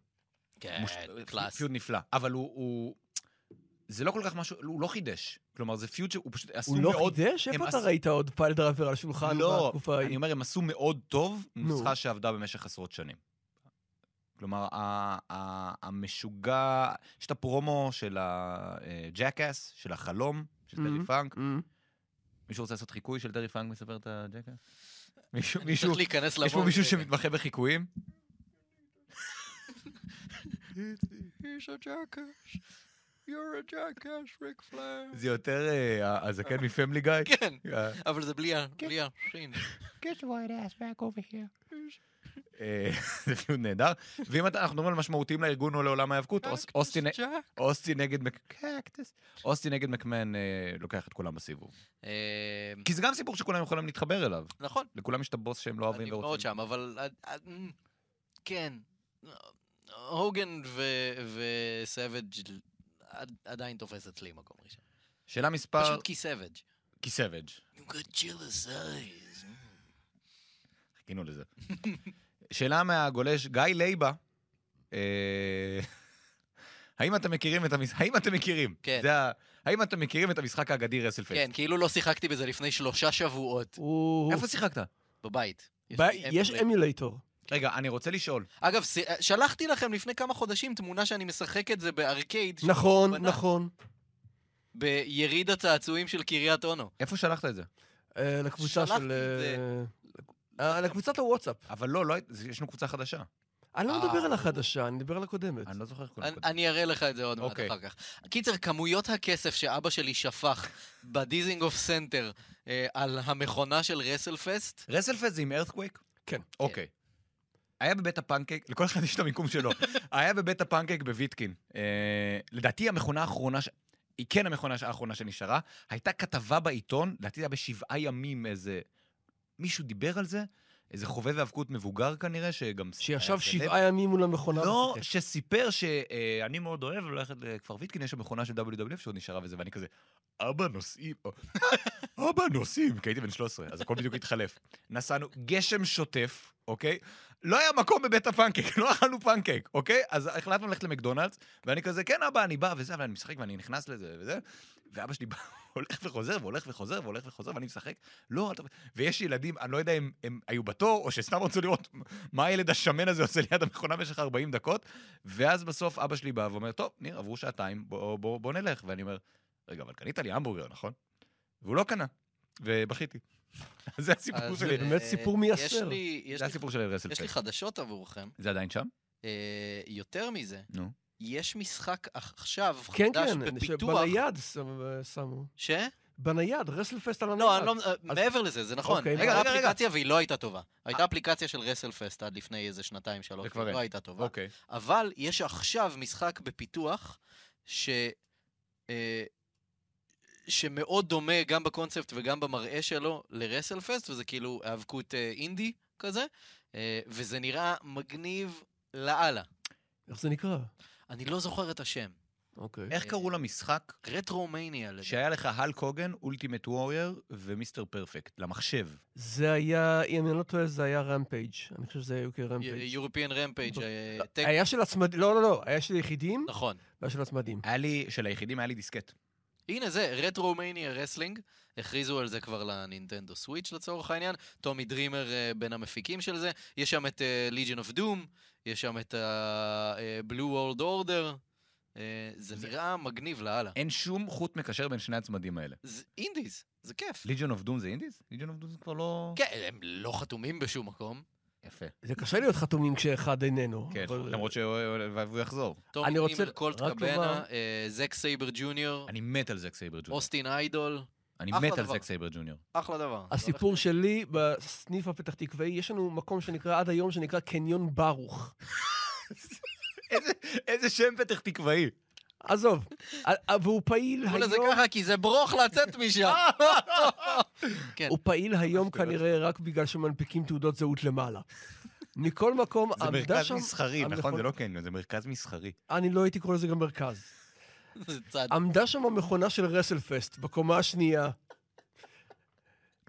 [SPEAKER 4] כן, קלאס.
[SPEAKER 3] פיוד נפלא. אבל הוא, הוא... זה לא כל כך משהו, הוא לא חידש. כלומר, זה פיוד שהוא פשוט עשו
[SPEAKER 5] הוא לא
[SPEAKER 3] מאוד...
[SPEAKER 5] חידש?
[SPEAKER 3] הם
[SPEAKER 5] איפה אתה
[SPEAKER 3] עשו-
[SPEAKER 5] ראית עוד פייל דרייבר על השולחן
[SPEAKER 3] לא,
[SPEAKER 5] בתקופה
[SPEAKER 3] אני
[SPEAKER 5] ההיא?
[SPEAKER 3] אומר, הם עשו מאוד טוב
[SPEAKER 5] נו.
[SPEAKER 3] נוסחה שעבדה במשך עשרות שנים. כלומר, ה- ה- המשוגע, יש את הפרומו של הג'קאס, של החלום, של טרי
[SPEAKER 5] Mhm.
[SPEAKER 3] פאנק.
[SPEAKER 5] אמ,
[SPEAKER 3] מישהו רוצה לעשות חיקוי של טרי פאנק מספר את הג'קאס? מישהו,
[SPEAKER 4] מישהו...
[SPEAKER 3] מישהו,
[SPEAKER 4] צריך להיכנס למון.
[SPEAKER 3] יש פה מישהו שמתמחה בחיקויים? זה יותר אה, ה- הזקן מפמילי גיא?
[SPEAKER 4] כן,
[SPEAKER 3] אה,
[SPEAKER 4] אבל זה בלי ה... בלי השין.
[SPEAKER 3] אה, זה פיוד נהדר. ואם אתה- אנחנו מדברים על משמעותיים לארגון או לעולם ההיאבקות, אוס- אוסטין- אוסטין נגד מק... קקטוס. אוסטין נגד מקמן אה, לוקח את כולם בסיבוב.
[SPEAKER 4] אה,
[SPEAKER 3] כי זה גם סיפור שכולם יכולים להתחבר אליו.
[SPEAKER 4] נכון,
[SPEAKER 3] לכולם יש את הבוס שהם לא אוהבים
[SPEAKER 4] אני מאוד
[SPEAKER 3] ורוצים.
[SPEAKER 4] שם, אבל... אה, אה, כן. הוגן ו- וסאביג' עד- עדיין תופס אצלי מקום ראשון.
[SPEAKER 3] שאלה מספר...
[SPEAKER 4] פשוט כי סאביג'.
[SPEAKER 3] כי סבג'.
[SPEAKER 4] You got jealous eyes.
[SPEAKER 3] חיכינו לזה. שאלה מהגולש, גיא לייבה. אה, האם אתם מכירים את המשחק? האם אתם מכירים?
[SPEAKER 4] כן.
[SPEAKER 3] זה ה- האם אתם מכירים את המשחק האגדי רסלפייס?
[SPEAKER 4] כן, כאילו לא שיחקתי בזה לפני שלושה שבועות
[SPEAKER 5] הוא-
[SPEAKER 3] איפה שיחקת?
[SPEAKER 4] בבית. יש
[SPEAKER 5] ב-
[SPEAKER 4] לי
[SPEAKER 5] יש
[SPEAKER 4] אמבלם.
[SPEAKER 5] אמולייטור.
[SPEAKER 3] רגע, אני רוצה לשאול.
[SPEAKER 4] אגב, ס- שלחתי לכם לפני כמה חודשים תמונה שאני משחק את זה בארקייד. שהוא
[SPEAKER 5] נכון,
[SPEAKER 4] בנה,
[SPEAKER 5] נכון.
[SPEAKER 4] ביריד הצעצועים של קריית אונו.
[SPEAKER 3] איפה שלחת את זה?
[SPEAKER 5] אה, לקבוצה
[SPEAKER 4] שלחתי
[SPEAKER 5] של...
[SPEAKER 4] את
[SPEAKER 5] אה, אה, לקבוצת הוואטסאפ.
[SPEAKER 3] אבל לא, לא, היית- זה- יש לנו קבוצה חדשה.
[SPEAKER 5] אני לא מדבר
[SPEAKER 4] אה,
[SPEAKER 5] על החדשה, אני מדבר על הקודמת.
[SPEAKER 3] אני לא זוכר איך
[SPEAKER 4] אני-
[SPEAKER 3] כולם...
[SPEAKER 4] אני אראה לך את זה עוד מעט
[SPEAKER 3] אוקיי.
[SPEAKER 4] אחר כך. קיצר, כמויות הכסף שאבא שלי שפך בדיזינגוף סנטר אה, על המכונה של רסלפסט,
[SPEAKER 3] רסלפייס זה עם ארת'קווייק?
[SPEAKER 5] כן.
[SPEAKER 3] אוקיי. היה בבית הפנקייק, לכל אחד יש את המיקום שלו, היה בבית הפנקייק בוויטקין. אה, לדעתי המכונה האחרונה, ש- היא כן המכונה ש- האחרונה שנשארה, הייתה כתבה בעיתון, לדעתי זה היה בשבעה ימים איזה... מישהו דיבר על זה? איזה חובב האבקות מבוגר כנראה, שגם... אה,
[SPEAKER 5] שישב
[SPEAKER 3] היה סלב.
[SPEAKER 5] שבעה ימים מול המכונה.
[SPEAKER 3] לא,
[SPEAKER 5] ושיחק.
[SPEAKER 3] שסיפר שאני מאוד אוהב ללכת לכפר ויטקין, יש שם מכונה של WWF שעוד נשארה וזה, ואני כזה, אבא נוסעים, אבא נוסעים, כי הייתי בן 13, אז הכל בדיוק התחלף. נסענו, גשם שוטף, אוקיי? לא היה מקום בבית הפנקייק, לא אכלנו פנקייק, אוקיי? אז החלטנו ללכת למקדונלדס, ואני כזה, כן אבא, אני בא וזה, אבל אני משחק ואני נכנס לזה וזה, ואבא שלי בא, הולך וחוזר, והולך וחוזר, והולך וחוזר, ואני משחק, לא, אתה... ויש ילדים, אני לא יודע אם הם היו בתור, או שסתם רצו לראות מה הילד השמן הזה עושה ליד המכונה במשך 40 דקות, ואז בסוף אבא שלי בא ואומר, טוב, ניר, עברו שעתיים, בוא, בוא, בוא נלך. ואני אומר, רגע, אבל קנית לי המבורגר, נכון? והוא לא קנה, ובכיתי. אז זה הסיפור
[SPEAKER 4] אז,
[SPEAKER 3] שלי.
[SPEAKER 4] אה,
[SPEAKER 5] באמת סיפור
[SPEAKER 4] יש
[SPEAKER 5] מייסר.
[SPEAKER 4] לי- יש
[SPEAKER 3] זה
[SPEAKER 4] לי-
[SPEAKER 3] הסיפור של רסל
[SPEAKER 4] יש לי
[SPEAKER 3] פייס.
[SPEAKER 4] חדשות עבורכם.
[SPEAKER 3] זה עדיין שם?
[SPEAKER 4] אה, יותר מזה,
[SPEAKER 3] נו.
[SPEAKER 4] יש משחק עכשיו
[SPEAKER 5] כן,
[SPEAKER 4] חדש
[SPEAKER 5] כן,
[SPEAKER 4] בפיתוח,
[SPEAKER 5] שבנייד שמ- שמו.
[SPEAKER 4] ש...
[SPEAKER 3] כן.
[SPEAKER 5] בנייד, רסלפסט על הנייד.
[SPEAKER 4] לא, אני לא... אה, מעבר לזה, זה נכון.
[SPEAKER 5] אוקיי,
[SPEAKER 4] הייתה
[SPEAKER 3] רגע, רגע,
[SPEAKER 4] אפליקציה והיא לא הייתה טובה. הייתה אפליקציה של רסלפסט עד לפני איזה שנתיים, שלוש,
[SPEAKER 3] זה כבר
[SPEAKER 4] והיא
[SPEAKER 3] אין.
[SPEAKER 4] לא הייתה טובה.
[SPEAKER 3] אוקיי.
[SPEAKER 4] אבל יש עכשיו משחק בפיתוח, ש... אה, שמאוד דומה גם בקונספט וגם במראה שלו לרסלפסט, וזה כאילו האבקות אה, אינדי כזה, אה, וזה נראה מגניב לאללה.
[SPEAKER 5] איך זה נקרא?
[SPEAKER 4] אני לא זוכר את השם.
[SPEAKER 5] אוקיי.
[SPEAKER 4] אה.
[SPEAKER 3] איך קראו למשחק
[SPEAKER 4] רטרומניה לדעתי.
[SPEAKER 3] שהיה לך הלק הוגן, אולטימט וורייר ומיסטר פרפקט, למחשב?
[SPEAKER 5] זה היה, אם אני לא טועה, זה היה רמפייג'. אני חושב שזה היה UK רמפייג'.
[SPEAKER 4] European Rampage, אה, טק-
[SPEAKER 5] היה של הצמדים, לא, לא, לא, היה של יחידים,
[SPEAKER 4] נכון.
[SPEAKER 5] והיה של הצמדים.
[SPEAKER 3] היה לי, של היחידים היה לי דיסקט.
[SPEAKER 4] הנה זה, רטרומניה רסלינג, הכריזו על זה כבר לנינטנדו סוויץ' לצורך העניין, טומי דרימר אה, בין המפיקים של זה, יש שם את אה, ליג'ן אוף דום, יש שם את אה, הבלו וולד אורדר, אה, זה נראה מגניב לאללה.
[SPEAKER 3] אין שום חוט מקשר בין שני הצמדים האלה.
[SPEAKER 4] זה אינדיז, זה כיף.
[SPEAKER 5] כן.
[SPEAKER 3] ליג'ון אוף דום זה אינדיז? ליג'ון אוף דום זה כבר לא...
[SPEAKER 4] כן, הם לא חתומים בשום מקום.
[SPEAKER 3] יפה.
[SPEAKER 5] זה קשה להיות חתומים כשאחד איננו.
[SPEAKER 3] כן,
[SPEAKER 5] אבל- אה,
[SPEAKER 3] למרות שהוא אה, יחזור.
[SPEAKER 4] תום
[SPEAKER 5] אני רוצה
[SPEAKER 4] עם קולט
[SPEAKER 5] רק
[SPEAKER 4] קבנה,
[SPEAKER 5] לומר-
[SPEAKER 4] אה, זק סייבר ג'וניור,
[SPEAKER 3] אני מת על זק סייבר ג'וניור.
[SPEAKER 4] אוסטין איידול,
[SPEAKER 3] אני
[SPEAKER 4] אחלה
[SPEAKER 3] מת על
[SPEAKER 4] דבר.
[SPEAKER 3] זק סייבר ג'וניור.
[SPEAKER 4] אחלה דבר.
[SPEAKER 5] הסיפור שלי בסניף הפתח תקוואי, יש לנו מקום שנקרא עד היום שנקרא קניון ברוך.
[SPEAKER 3] איזה שם פתח תקוואי.
[SPEAKER 5] עזוב, ה- ה- והוא פעיל
[SPEAKER 4] קוראים לזה
[SPEAKER 5] היום,
[SPEAKER 4] ככה כי זה ברוך לצאת משם.
[SPEAKER 5] אה!
[SPEAKER 4] כן.
[SPEAKER 5] הוא פעיל היום כנראה רק בגלל שמנפיקים תעודות זהות למעלה. מכל מקום,
[SPEAKER 3] זה
[SPEAKER 5] עמדה
[SPEAKER 3] מרכז
[SPEAKER 5] שם...
[SPEAKER 3] מסחרי, נכון?
[SPEAKER 5] המכונ-
[SPEAKER 3] זה לא קניון, זה מרכז מסחרי.
[SPEAKER 5] אני לא הייתי קורא לזה גם מרכז.
[SPEAKER 4] זה צד.
[SPEAKER 5] עמדה שם המכונה של רסלפסט, בקומה השנייה.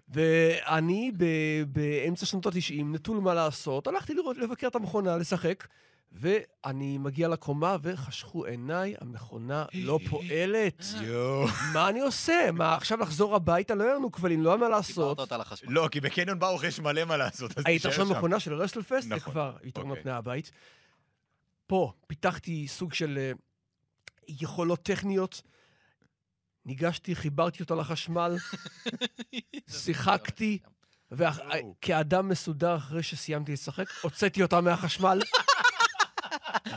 [SPEAKER 5] ואני ב- באמצע שנות ה-90, נטול מה לעשות, הלכתי לראות, לבקר את המכונה, לשחק, ואני מגיע לקומה וחשכו עיניי, המכונה לא פועלת.
[SPEAKER 3] יואו.
[SPEAKER 5] מה אני עושה? מה, עכשיו לחזור הביתה? לא היה לנו כבלים, לא היה מה לעשות.
[SPEAKER 4] דיברת אותה לחשמל.
[SPEAKER 3] לא, כי בקניון ברוך יש מלא מה לעשות, אז
[SPEAKER 5] היית
[SPEAKER 3] תישאר
[SPEAKER 5] עכשיו
[SPEAKER 3] שם.
[SPEAKER 5] מכונה של רסלפסט, זה
[SPEAKER 3] נכון,
[SPEAKER 5] כבר יתרון על
[SPEAKER 3] אוקיי.
[SPEAKER 5] פני הבית. פה פיתחתי סוג של אה, יכולות טכניות. ניגשתי, חיברתי אותה לחשמל, שיחקתי,
[SPEAKER 3] וואו.
[SPEAKER 5] וכאדם מסודר אחרי שסיימתי לשחק, הוצאתי אותה מהחשמל.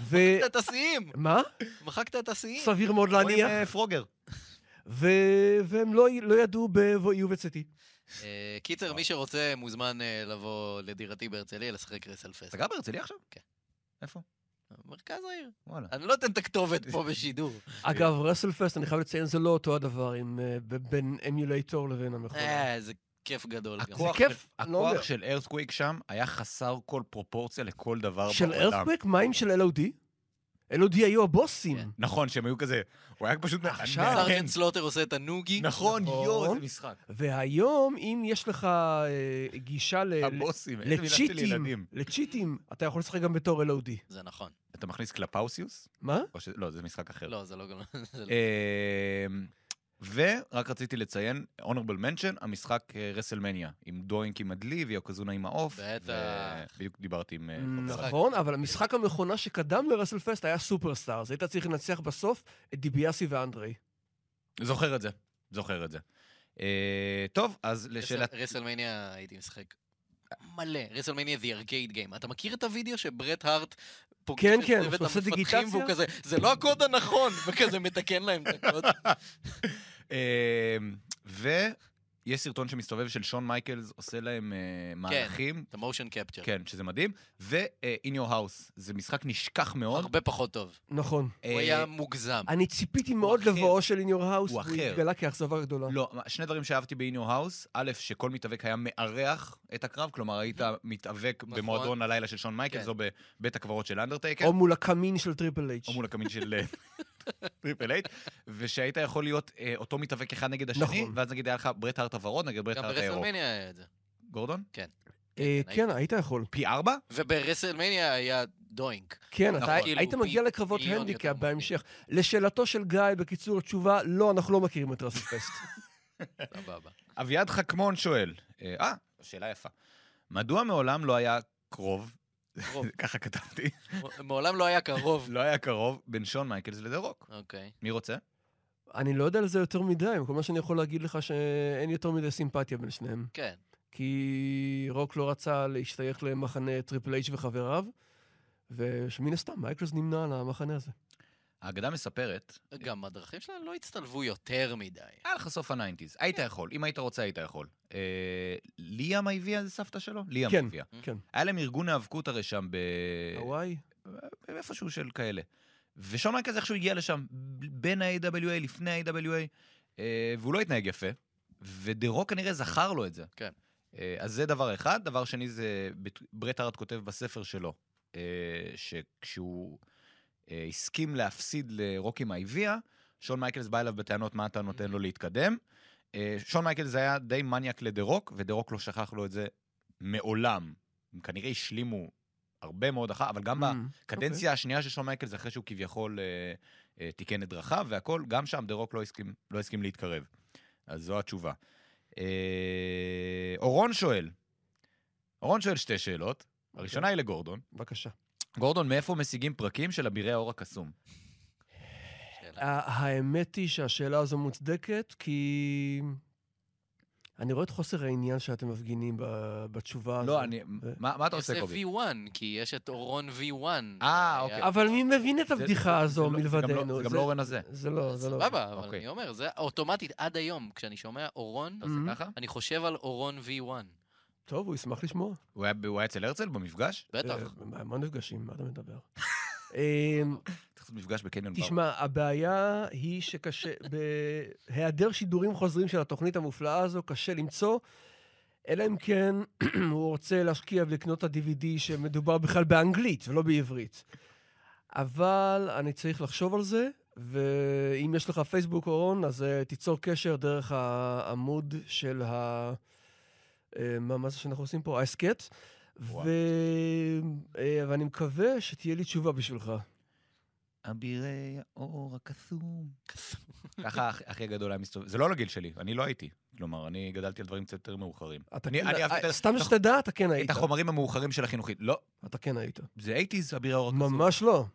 [SPEAKER 5] ו...
[SPEAKER 4] מחקת את השיאים!
[SPEAKER 5] מה?
[SPEAKER 4] מחקת את השיאים!
[SPEAKER 5] סביר מאוד
[SPEAKER 3] כמו עם
[SPEAKER 5] להניח.
[SPEAKER 3] אה, פרוגר.
[SPEAKER 5] ו- והם לא י- לא ידעו בבואי ובצאתי.
[SPEAKER 4] אה, קיצר, מי שרוצה מוזמן אה, לבוא לדירתי בהרצליה לשחק רסלפסט.
[SPEAKER 3] אתה גר בהרצליה עכשיו?
[SPEAKER 4] כן.
[SPEAKER 3] איפה?
[SPEAKER 4] מרכז העיר.
[SPEAKER 3] וואלה.
[SPEAKER 4] אני לא אתן את הכתובת פה בשידור.
[SPEAKER 3] נכון.
[SPEAKER 5] אגב, רסלפסט, אני חייב לציין, זה לא אותו הדבר עם, אה, ב- בין אמיולייטור לבין המכונה.
[SPEAKER 4] אה, זה כיף גדול. גם.
[SPEAKER 3] הכוח
[SPEAKER 5] כיף,
[SPEAKER 3] של-
[SPEAKER 5] אני לא אומר.
[SPEAKER 3] הכוח של ארת'קוויק שם היה חסר כל פרופורציה לכל דבר בעולם.
[SPEAKER 5] של ארת'קוויק? מה עם של LOD? LOD היו הבוסים.
[SPEAKER 4] כן.
[SPEAKER 3] נכון, שהם היו כזה, הוא היה פשוט...
[SPEAKER 5] אה, עכשיו.
[SPEAKER 3] מאמן.
[SPEAKER 4] סרג'נט סלוטר עושה את הנוגי.
[SPEAKER 3] כן. נכון,
[SPEAKER 5] נכון.
[SPEAKER 3] יואו, איזה משחק.
[SPEAKER 5] והיום, אם יש לך אה, גישה ל-
[SPEAKER 3] הבוסים, איזה מילה של
[SPEAKER 5] לצ'יטים,
[SPEAKER 3] ילדים.
[SPEAKER 5] לצ'יטים, אתה יכול לשחק גם בתור LOD.
[SPEAKER 4] זה נכון.
[SPEAKER 3] אתה מכניס קלפאוסיוס?
[SPEAKER 5] מה?
[SPEAKER 3] או ש... לא, זה משחק אחר.
[SPEAKER 4] לא, זה לא גלון.
[SPEAKER 3] אמ, ורק רציתי לציין, honorable mention, המשחק אה, רסלמניה, עם דוינק עם הדלי ויוקזונה עם העוף.
[SPEAKER 4] בטח.
[SPEAKER 3] ו- בדיוק דיברתי עם... אה, חבר.
[SPEAKER 5] נכון, אבל המשחק המכונה שקדם לרסלפסט היה סופרסטארס. היית צריך לנצח בסוף את דיביאסי ואנדרי.
[SPEAKER 3] זוכר את זה, זוכר את זה. אה, טוב, אז לשאלת...
[SPEAKER 4] רסלמניה הייתי משחק. מלא, רסלמניה זה ארקייד גיים. אתה מכיר את הוידאו שברט הארט פוגש
[SPEAKER 5] כן,
[SPEAKER 4] את
[SPEAKER 5] כן,
[SPEAKER 4] צוות
[SPEAKER 5] שהוא עושה
[SPEAKER 4] המפתחים
[SPEAKER 5] דיגיטציה?
[SPEAKER 4] והוא כזה, זה לא הקוד הנכון, וכזה מתקן להם את הקוד.
[SPEAKER 3] אמ, ויש סרטון שמסתובב של שון מייקלס עושה להם אה,
[SPEAKER 4] כן.
[SPEAKER 3] מהלכים.
[SPEAKER 4] את המושן קפצ'ר.
[SPEAKER 3] כן, שזה מדהים. ו-In Your House, זה משחק נשכח מאוד.
[SPEAKER 4] הרבה פחות טוב.
[SPEAKER 5] נכון.
[SPEAKER 4] הוא
[SPEAKER 3] אה,
[SPEAKER 4] היה מוגזם.
[SPEAKER 5] אני ציפיתי מאוד
[SPEAKER 3] אחר.
[SPEAKER 5] לבואו של In Your House,
[SPEAKER 3] הוא
[SPEAKER 5] והוא
[SPEAKER 3] אחר.
[SPEAKER 5] התגלה כאכזבה גדולה.
[SPEAKER 3] לא, שני דברים שאהבתי ב-In Your House, א', שכל מתאבק היה מארח את הקרב, כלומר היית מתאבק
[SPEAKER 4] נכון.
[SPEAKER 3] במועדון הלילה של שון מייקלס
[SPEAKER 4] כן.
[SPEAKER 3] או בבית הקברות של אנדרטייקר,
[SPEAKER 5] או מול הקמין של טריפל אייץ'.
[SPEAKER 3] או מול הקמין של אה, טריפל אייט, ושהיית יכול להיות אה, אותו מתאבק אחד נגד השני,
[SPEAKER 5] נכון.
[SPEAKER 3] ואז נגיד היה לך ברט הארט הוורוד נגד ברט
[SPEAKER 4] גם
[SPEAKER 3] הארט הירוק.
[SPEAKER 4] ברסלמניה היה את זה.
[SPEAKER 3] גורדון?
[SPEAKER 5] אה,
[SPEAKER 4] כן,
[SPEAKER 5] כן, היית יכול.
[SPEAKER 3] פי ארבע?
[SPEAKER 4] וברסלמניה היה דוינק.
[SPEAKER 5] כן,
[SPEAKER 3] נכון.
[SPEAKER 5] אתה
[SPEAKER 4] כאילו,
[SPEAKER 5] היית מגיע
[SPEAKER 4] פי-
[SPEAKER 5] לקרבות
[SPEAKER 4] מיליון יותר
[SPEAKER 5] הנדיקאפ
[SPEAKER 4] מגניב.
[SPEAKER 5] בהמשך. לשאלתו של גיא, בקיצור, התשובה, לא, אנחנו לא מכירים את רספסט.
[SPEAKER 4] סבבה.
[SPEAKER 3] אביעד חכמון שואל, אה, אה, שאלה יפה. מדוע מעולם לא היה קרוב,
[SPEAKER 4] רוב.
[SPEAKER 3] ככה כתבתי,
[SPEAKER 4] מעולם לא היה קרוב.
[SPEAKER 3] לא היה קרוב בין שון מייקלס לדה רוק?
[SPEAKER 4] אוקיי.
[SPEAKER 3] מי רוצה?
[SPEAKER 5] אני לא יודע על זה יותר מדי, כל מה שאני יכול להגיד לך שאין יותר מדי סימפתיה בין שניהם.
[SPEAKER 4] כן.
[SPEAKER 5] כי רוק לא רצה להשתייך למחנה טריפל אייץ' וחבריו, ושמן הסתם מייקלס נמנע על המחנה הזה.
[SPEAKER 3] האגדה מספרת
[SPEAKER 4] גם הדרכים שלה לא הצטלבו יותר מדי.
[SPEAKER 3] היה לך סוף הניינטיז, היית יכול, אם היית רוצה היית יכול. אה, ליאם היביאה זה סבתא שלו? ליאם
[SPEAKER 5] כן,
[SPEAKER 3] היביאה.
[SPEAKER 5] כן.
[SPEAKER 3] היה להם ארגון האבקות הרי שם ב...
[SPEAKER 5] הוואי?
[SPEAKER 3] איפשהו של כאלה. ושון מייקלס איכשהו הגיע לשם, בין ה-AWA, לפני ה-AWA, אה, והוא לא התנהג יפה, ודה-רוק כנראה זכר לו את זה.
[SPEAKER 4] כן.
[SPEAKER 3] אה, אז זה דבר אחד. דבר שני זה, בת- ברט הארט כותב בספר שלו, אה, שכשהוא אה, הסכים להפסיד לרוק עם האיביה, שון מייקלס בא אליו בטענות מה אתה נותן לו להתקדם. אה, שון מייקלס היה די מניאק לדה-רוק, ודה-רוק לא שכח לו את זה מעולם. הם כנראה השלימו הרבה מאוד אחר, אבל גם ב...
[SPEAKER 5] Mm,
[SPEAKER 3] קדנציה השנייה של שון מייקלס, אחרי שהוא כביכול אה, אה, תיקן את דרכיו והכל, גם שם דה רוק לא הסכים, לא הסכים להתקרב. אז זו התשובה. אה, אורון שואל, אורון שואל שתי שאלות. הראשונה היא לגורדון.
[SPEAKER 5] אוקיי, בבקשה.
[SPEAKER 3] גורדון, מאיפה משיגים פרקים של אבירי האור הקסום? אה,
[SPEAKER 5] ה- האמת היא שהשאלה הזו מוצדקת, כי אני רואה את חוסר העניין שאתם מפגינים ב- בתשובה הזאת.
[SPEAKER 3] לא, אני... מה מה אתה
[SPEAKER 4] זה
[SPEAKER 3] עושה, קובי?
[SPEAKER 4] V1, כי יש את אורון V1.
[SPEAKER 3] אה, אוקיי.
[SPEAKER 5] אבל מי מבין את
[SPEAKER 3] זה-
[SPEAKER 5] הבדיחה הזו
[SPEAKER 3] זה לא- זה גם לא-
[SPEAKER 5] מלבדנו?
[SPEAKER 3] זה גם לא אורן הזה.
[SPEAKER 5] זה לא, זה לא.
[SPEAKER 4] סבבה, אבל
[SPEAKER 3] אוקיי.
[SPEAKER 4] אני אומר, זה אוטומטית עד היום, כשאני שומע אורון,
[SPEAKER 3] אתה עושה ככה?
[SPEAKER 4] אני חושב על אורון V1.
[SPEAKER 5] טוב, הוא ישמח לשמוע.
[SPEAKER 3] הוא היה- הוא היה אצל הרצל במפגש?
[SPEAKER 4] בטח.
[SPEAKER 5] אה, מה מה נפגשים? מה אתה מדבר? אמ,
[SPEAKER 3] צריך לעשות מפגש בקניון בר.
[SPEAKER 5] תשמע, הבעיה היא שקשה, בהיעדר שידורים חוזרים של התוכנית המופלאה הזו, קשה למצוא, אלא אם כן הוא רוצה להשקיע ולקנות את ה-DVD שמדובר בכלל באנגלית ולא בעברית. אבל אני צריך לחשוב על זה, ואם יש לך פייסבוק, אורון, אז אה, תיצור קשר דרך העמוד של ה... אה, מה, מה זה שאנחנו עושים פה? ההסכת.
[SPEAKER 3] וואו.
[SPEAKER 5] ו... אה, ואני מקווה שתהיה לי תשובה בשבילך.
[SPEAKER 3] אבירי האור הקסום. ככה אח- אחי הגדול היה מסתובב. זה לא לגיל שלי, אני לא הייתי. כלומר, אני גדלתי על דברים קצת יותר מאוחרים.
[SPEAKER 5] אתה
[SPEAKER 3] אני-
[SPEAKER 5] כן-
[SPEAKER 3] אני
[SPEAKER 5] אה,
[SPEAKER 3] אהבתי את ה-
[SPEAKER 5] סתם
[SPEAKER 3] את הח-
[SPEAKER 5] שתדע, אתה כן היית.
[SPEAKER 3] את החומרים המאוחרים של החינוכית. לא,
[SPEAKER 5] אתה כן היית.
[SPEAKER 3] זה 80's, אבירי האור הקסום.
[SPEAKER 5] ממש לא.
[SPEAKER 3] אה,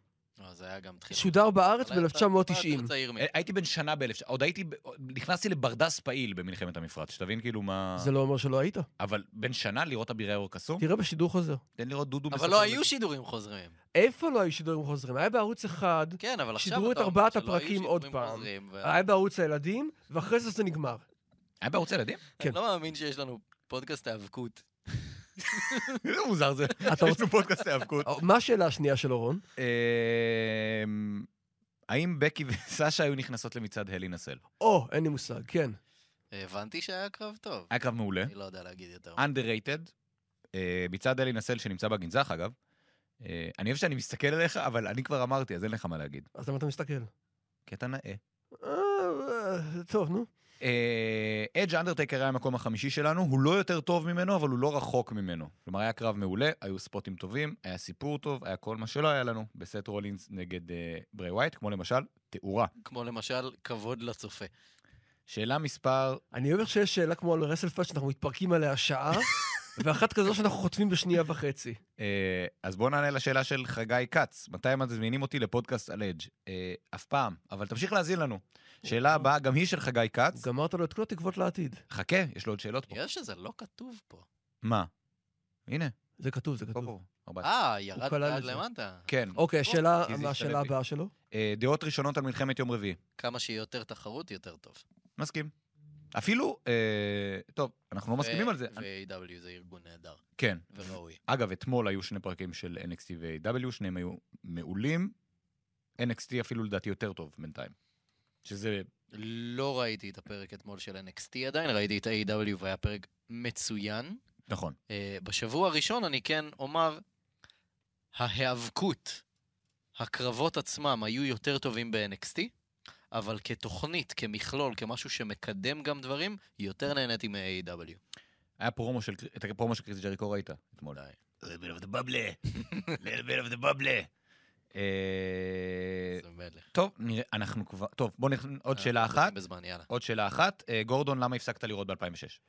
[SPEAKER 4] לא, זה היה גם תחילה.
[SPEAKER 5] שודר בארץ
[SPEAKER 4] אבל היה- אתה
[SPEAKER 5] ב-1990.
[SPEAKER 4] יותר צעיר ממני.
[SPEAKER 3] הייתי בן שנה באלף... עוד הייתי... ב- נכנסתי לברדס פעיל במלחמת המפרץ, שתבין כאילו מה...
[SPEAKER 5] זה לא כן. אומר שלא היית.
[SPEAKER 3] אבל בן שנה לראות אבירי האור הקסום?
[SPEAKER 5] תראה בשידור חוזר.
[SPEAKER 3] תן לראות דודו
[SPEAKER 4] אבל
[SPEAKER 3] מספר
[SPEAKER 4] לא
[SPEAKER 3] את
[SPEAKER 4] היו
[SPEAKER 3] זה.
[SPEAKER 4] שידורים חוזרים.
[SPEAKER 5] איפה לא היו שידורים חוזרים? היה בערוץ אחד,
[SPEAKER 4] כן, אבל עכשיו אתה
[SPEAKER 5] שידרו את
[SPEAKER 4] אומר
[SPEAKER 5] ארבעת
[SPEAKER 4] שלא היו
[SPEAKER 5] הפרקים עוד
[SPEAKER 4] שידורים
[SPEAKER 5] פעם. אה,
[SPEAKER 4] חוזרים, ו-
[SPEAKER 5] היה בערוץ הילדים, ואחרי זה זה נגמר.
[SPEAKER 3] היה בערוץ הילדים?
[SPEAKER 5] כן.
[SPEAKER 4] אני לא מאמין שיש לנו פודקאסט האבקות.
[SPEAKER 3] איזה מוזר זה.
[SPEAKER 5] אתה
[SPEAKER 3] יש
[SPEAKER 5] רוצה...
[SPEAKER 3] לנו פודקאסט היאבקות.
[SPEAKER 5] אה, מה השאלה השנייה של אורון?
[SPEAKER 3] אמ, האם בקי וסשה היו נכנסות למצעד הלין הסל?
[SPEAKER 5] או, אין לי מושג, כן.
[SPEAKER 4] הבנתי שהיה קרב טוב.
[SPEAKER 5] אה,
[SPEAKER 3] היה קרב מעולה,
[SPEAKER 4] אני לא יודע להגיד יותר.
[SPEAKER 3] underrated, אה, מצעד הלין הסל שנמצא בגנזך אגב. אה, אני אוהב שאני מסתכל עליך, אבל אני כבר אמרתי, אז אין לך מה להגיד.
[SPEAKER 5] אז למה אתה מסתכל?
[SPEAKER 3] כי אתה נאה.
[SPEAKER 5] אה, אה, טוב, נו.
[SPEAKER 3] אדג' אנדרטייקר אה, היה המקום החמישי שלנו, הוא לא יותר טוב ממנו, אבל הוא לא רחוק ממנו. כלומר, היה קרב מעולה, היו ספוטים טובים, היה סיפור טוב, היה כל מה שלא היה לנו בסט רולינס נגד אה, ברי ווייט, כמו למשל, תאורה.
[SPEAKER 4] כמו למשל, כבוד לצופה.
[SPEAKER 5] אה.
[SPEAKER 3] שאלה מספר
[SPEAKER 5] אני אוהב שיש שאלה כמו על רסל פאט שאנחנו מתפרקים עליה שעה, ואחת כזו שאנחנו חוטפים בשנייה וחצי.
[SPEAKER 3] אה, אז בואו נענה לשאלה של חגי כץ, מתי מזמינים אותי לפודקאסט על אדג'? אה, אף פעם, אבל תמשיך להאזין לנו. שאלה הבאה, גם היא של חגי כץ.
[SPEAKER 5] גמרת לו את כל התקוות לעתיד.
[SPEAKER 3] חכה, יש לו עוד שאלות פה.
[SPEAKER 4] יש שזה לא כתוב פה.
[SPEAKER 3] מה? הנה,
[SPEAKER 5] זה כתוב, זה
[SPEAKER 3] פה
[SPEAKER 5] כתוב.
[SPEAKER 3] פה. 14.
[SPEAKER 4] אה, ירד
[SPEAKER 5] כלל
[SPEAKER 4] עד
[SPEAKER 5] את זה.
[SPEAKER 4] למטה.
[SPEAKER 3] כן.
[SPEAKER 5] אוקיי, השאלה,
[SPEAKER 3] כי זה
[SPEAKER 5] מה
[SPEAKER 3] השתלט
[SPEAKER 5] השאלה
[SPEAKER 3] לי.
[SPEAKER 5] הבאה שלו?
[SPEAKER 3] אה, דעות ראשונות על מלחמת יום רביעי.
[SPEAKER 4] כמה שיהיה יותר תחרות, יותר טוב.
[SPEAKER 3] מסכים. אפילו, אה, טוב, אנחנו לא מסכימים
[SPEAKER 4] ו-
[SPEAKER 3] על זה.
[SPEAKER 4] ו-AW זה ארגון נהדר
[SPEAKER 3] כן.
[SPEAKER 4] וראוי.
[SPEAKER 3] אגב, אתמול היו שני פרקים של NXT ו-AW, שניהם היו מעולים. NXT אפילו לדעתי יותר טוב בינתיים. שזה
[SPEAKER 4] לא ראיתי את הפרק אתמול של NXT עדיין, ראיתי את A.W. והיה פרק מצוין.
[SPEAKER 3] נכון.
[SPEAKER 4] אה, בשבוע הראשון אני כן אומר, ההיאבקות, הקרבות עצמם היו יותר טובים ב-NXT, אבל כתוכנית, כמכלול, כמשהו שמקדם גם דברים, יותר נהניתי E מ-AW.
[SPEAKER 3] היה פרומו של, את הפרומו של קריס ג'ריקו ראית אתמול. A little bit of the bubble, little bit of the bubble. אה,
[SPEAKER 4] זה מלך.
[SPEAKER 3] טוב, נראה, אנחנו כבר, טוב, בואו נכ... עוד
[SPEAKER 4] אה,
[SPEAKER 3] שאלה
[SPEAKER 4] אנחנו יוצאים
[SPEAKER 3] אחת,
[SPEAKER 4] בזמן, יאללה.
[SPEAKER 3] עוד שאלה אחת. אה, גורדון, למה הפסקת לראות ב-2006?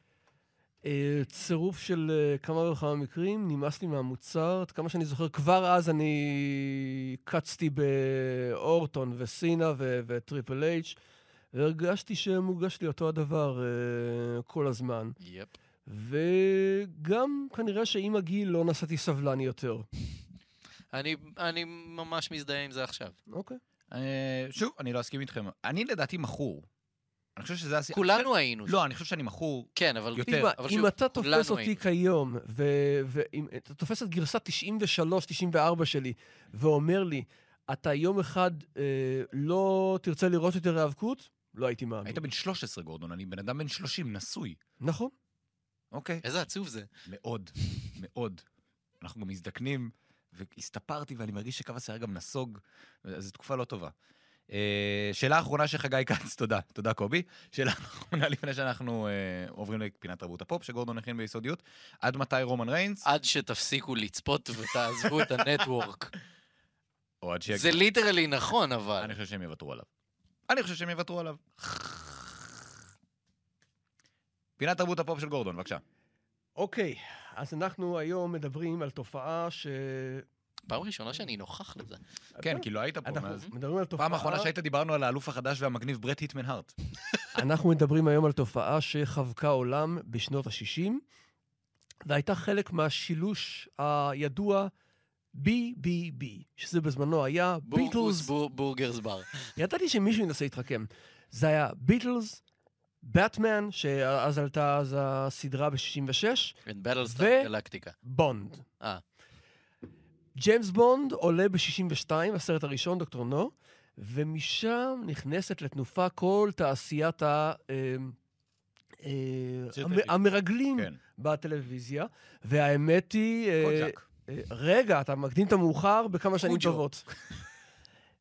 [SPEAKER 5] אה, צירוף של אה, כמה וכמה מקרים, נמאס לי מהמוצר. עד כמה שאני זוכר, כבר אז אני קצתי באורטון וסינה ו- וטריפל אייץ', והרגשתי שמוגש לי אותו הדבר אה, כל הזמן.
[SPEAKER 4] יפ.
[SPEAKER 5] וגם כנראה שעם הגיל לא נסעתי סבלן יותר.
[SPEAKER 4] אני, אני ממש מזדהה עם זה עכשיו.
[SPEAKER 5] אוקיי.
[SPEAKER 3] אה, שוב, אני לא אסכים איתכם. אני לדעתי מכור. אני חושב שזה הסיפור.
[SPEAKER 4] כולנו היינו. שם.
[SPEAKER 3] לא, אני חושב שאני מכור.
[SPEAKER 4] כן, אבל...
[SPEAKER 3] יותר.
[SPEAKER 5] תשמע,
[SPEAKER 4] אבל
[SPEAKER 5] אם
[SPEAKER 4] שוב,
[SPEAKER 5] אתה
[SPEAKER 4] כולנו
[SPEAKER 5] תופס אותי
[SPEAKER 4] היינו.
[SPEAKER 5] כיום, ו- ואם אתה תופס את גרסה 93-94 שלי, ואומר לי, אתה יום אחד אה, לא תרצה לראות יותר היאבקות, לא הייתי מאמין.
[SPEAKER 3] היית בן 13, גורדון, אני בן אדם בן 30, נשוי.
[SPEAKER 5] נכון.
[SPEAKER 3] אוקיי.
[SPEAKER 4] איזה עצוב זה.
[SPEAKER 3] מאוד, מאוד. אנחנו גם מזדקנים, והסתפרתי ואני מרגיש שקו השיער גם נסוג, אז זו תקופה לא טובה. אה, שאלה אחרונה של חגי כץ, תודה, תודה קובי. שאלה אחרונה לפני שאנחנו אה, עוברים לפינת תרבות הפופ, שגורדון הכין ביסודיות. עד מתי רומן ריינס?
[SPEAKER 4] עד שתפסיקו לצפות ותעזבו את הנטוורק.
[SPEAKER 3] או עד
[SPEAKER 4] זה
[SPEAKER 3] שיגיע.
[SPEAKER 4] ליטרלי נכון, אבל...
[SPEAKER 3] כן. אני חושב שהם יוותרו לא עליו. אני חושב שהם יוותרו עליו. פינת תרבות הפופ של גורדון, בבקשה.
[SPEAKER 5] אוקיי, אז אנחנו היום מדברים על תופעה ש...
[SPEAKER 4] פעם ראשונה שאני נוכח לזה.
[SPEAKER 3] כן, כי לא היית פה
[SPEAKER 5] אנחנו
[SPEAKER 3] מאז.
[SPEAKER 5] מדברים על תופעה...
[SPEAKER 3] פעם האחרונה שהיית דיברנו על האלוף החדש והמגניב ברט היטמן הארט.
[SPEAKER 5] אנחנו מדברים היום על תופעה שחבקה עולם בשנות ה-60, והייתה חלק מהשילוש הידוע BBB, שזה בזמנו היה
[SPEAKER 4] בורגוס
[SPEAKER 5] ביטלס...
[SPEAKER 4] בור- בורגרס בר.
[SPEAKER 5] ידעתי שמישהו ינסה להתחכם. זה היה ביטלס, בטמן, שאז עלתה אז הסדרה ב-66,
[SPEAKER 4] אין
[SPEAKER 5] ו-
[SPEAKER 4] בטלסטאר גלקטיקה.
[SPEAKER 5] בונד.
[SPEAKER 4] כן, אה.
[SPEAKER 5] ג'יימס בונד עולה ב-62, הסרט הראשון, דוקטור נו, ומשם נכנסת לתנופה כל תעשיית ה... אה, אה, המ-
[SPEAKER 7] טלוויזיה.
[SPEAKER 5] המרגלים
[SPEAKER 3] כן.
[SPEAKER 5] בטלוויזיה, והאמת היא... אה,
[SPEAKER 3] קוג'אק.
[SPEAKER 5] אה, רגע, אתה מקדים את המאוחר בכמה שנים
[SPEAKER 3] קוג'ו.
[SPEAKER 5] טובות.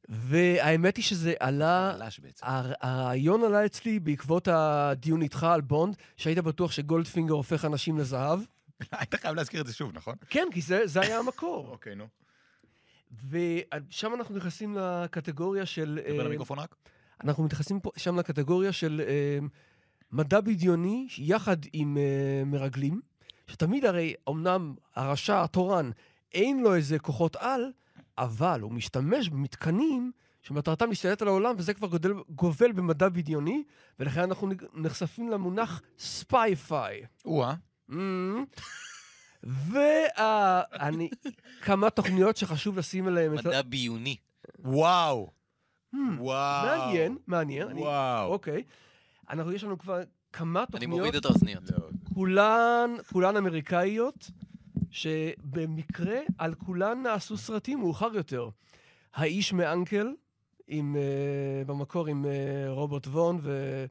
[SPEAKER 5] והאמת היא שזה עלה...
[SPEAKER 3] חלש בעצם.
[SPEAKER 5] הר- הרעיון עלה אצלי בעקבות הדיון איתך על בונד, שהיית בטוח שגולדפינגר הופך אנשים לזהב.
[SPEAKER 3] היית חייב להזכיר את זה שוב, נכון?
[SPEAKER 5] כן, כי זה, זה היה המקור.
[SPEAKER 3] אוקיי, נו.
[SPEAKER 5] ושם אה, אנחנו נכנסים לקטגוריה של...
[SPEAKER 3] דבר
[SPEAKER 5] אה,
[SPEAKER 3] למיקרופון רק.
[SPEAKER 5] אנחנו נכנסים פה, שם לקטגוריה של אה, מדע בדיוני יחד עם אה, מרגלים, שתמיד הרי, אמנם הרשע התורן, אין לו איזה כוחות על, אבל הוא משתמש במתקנים שמטרתם להשתלט על העולם, וזה כבר גודל, גובל במדע בדיוני, ולכן אנחנו נג- נחשפים למונח ספייפיי. Mm-hmm.
[SPEAKER 3] או-אה.
[SPEAKER 5] וכמה תוכניות שחשוב לשים עליהן את ה... Hmm,
[SPEAKER 4] מדע ביוני.
[SPEAKER 3] וואו. וואו.
[SPEAKER 5] מעניין, מעניין. אני-
[SPEAKER 3] וואו.
[SPEAKER 5] אוקיי. אנחנו, יש לנו כבר כמה
[SPEAKER 4] אני
[SPEAKER 5] תוכניות,
[SPEAKER 4] מוריד את האוזניות.
[SPEAKER 5] כולן, כולן אמריקאיות, שבמקרה על כולן נעשו סרטים מאוחר יותר. האיש מאנקל, עם, uh, במקור עם uh, רוברט וון ו...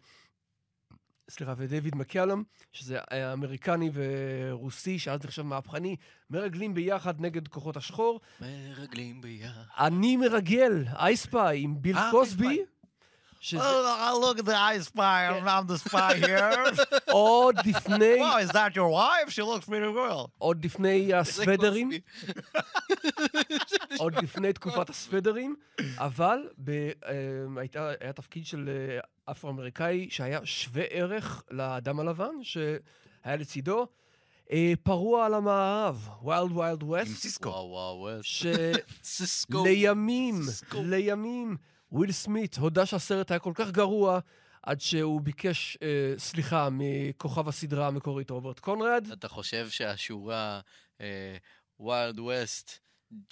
[SPEAKER 5] סליחה, ודייוויד מקלם, שזה אה, אמריקני ורוסי, שאז נחשב מהפכני, מרגלים ביחד נגד כוחות השחור.
[SPEAKER 4] מרגלים ביחד.
[SPEAKER 5] אני מרגל, אייספיי, עם ביל
[SPEAKER 3] אה, I
[SPEAKER 5] קוסבי.
[SPEAKER 3] Spy.
[SPEAKER 5] שזה
[SPEAKER 3] Oh, look at the eye spy, I'm the spy here.
[SPEAKER 5] עוד לפני
[SPEAKER 3] is that your wife? She looks pretty well.
[SPEAKER 5] עוד לפני
[SPEAKER 4] זה
[SPEAKER 5] הסוודרים,
[SPEAKER 4] קוסמי.
[SPEAKER 5] עוד לפני תקופת הסוודרים, אבל ב, אמ, הייתה, היה תפקיד של אה, אפרו-אמריקאי שהיה שווה ערך לאדם הלבן, שהיה לצידו. אה, פרוע על המערב, ויילד ויילד
[SPEAKER 3] עם
[SPEAKER 5] ווסט,
[SPEAKER 3] סיסקו.
[SPEAKER 4] וואו וואו וואו.
[SPEAKER 5] שלימים,
[SPEAKER 4] סיסקו. סקופ.
[SPEAKER 5] לימים, וויל סמית הודה שהסרט היה כל כך גרוע, עד שהוא ביקש אה, סליחה מכוכב הסדרה המקורית רוברט קונרד.
[SPEAKER 4] אתה חושב שהשורה אה, ווילד ווסט,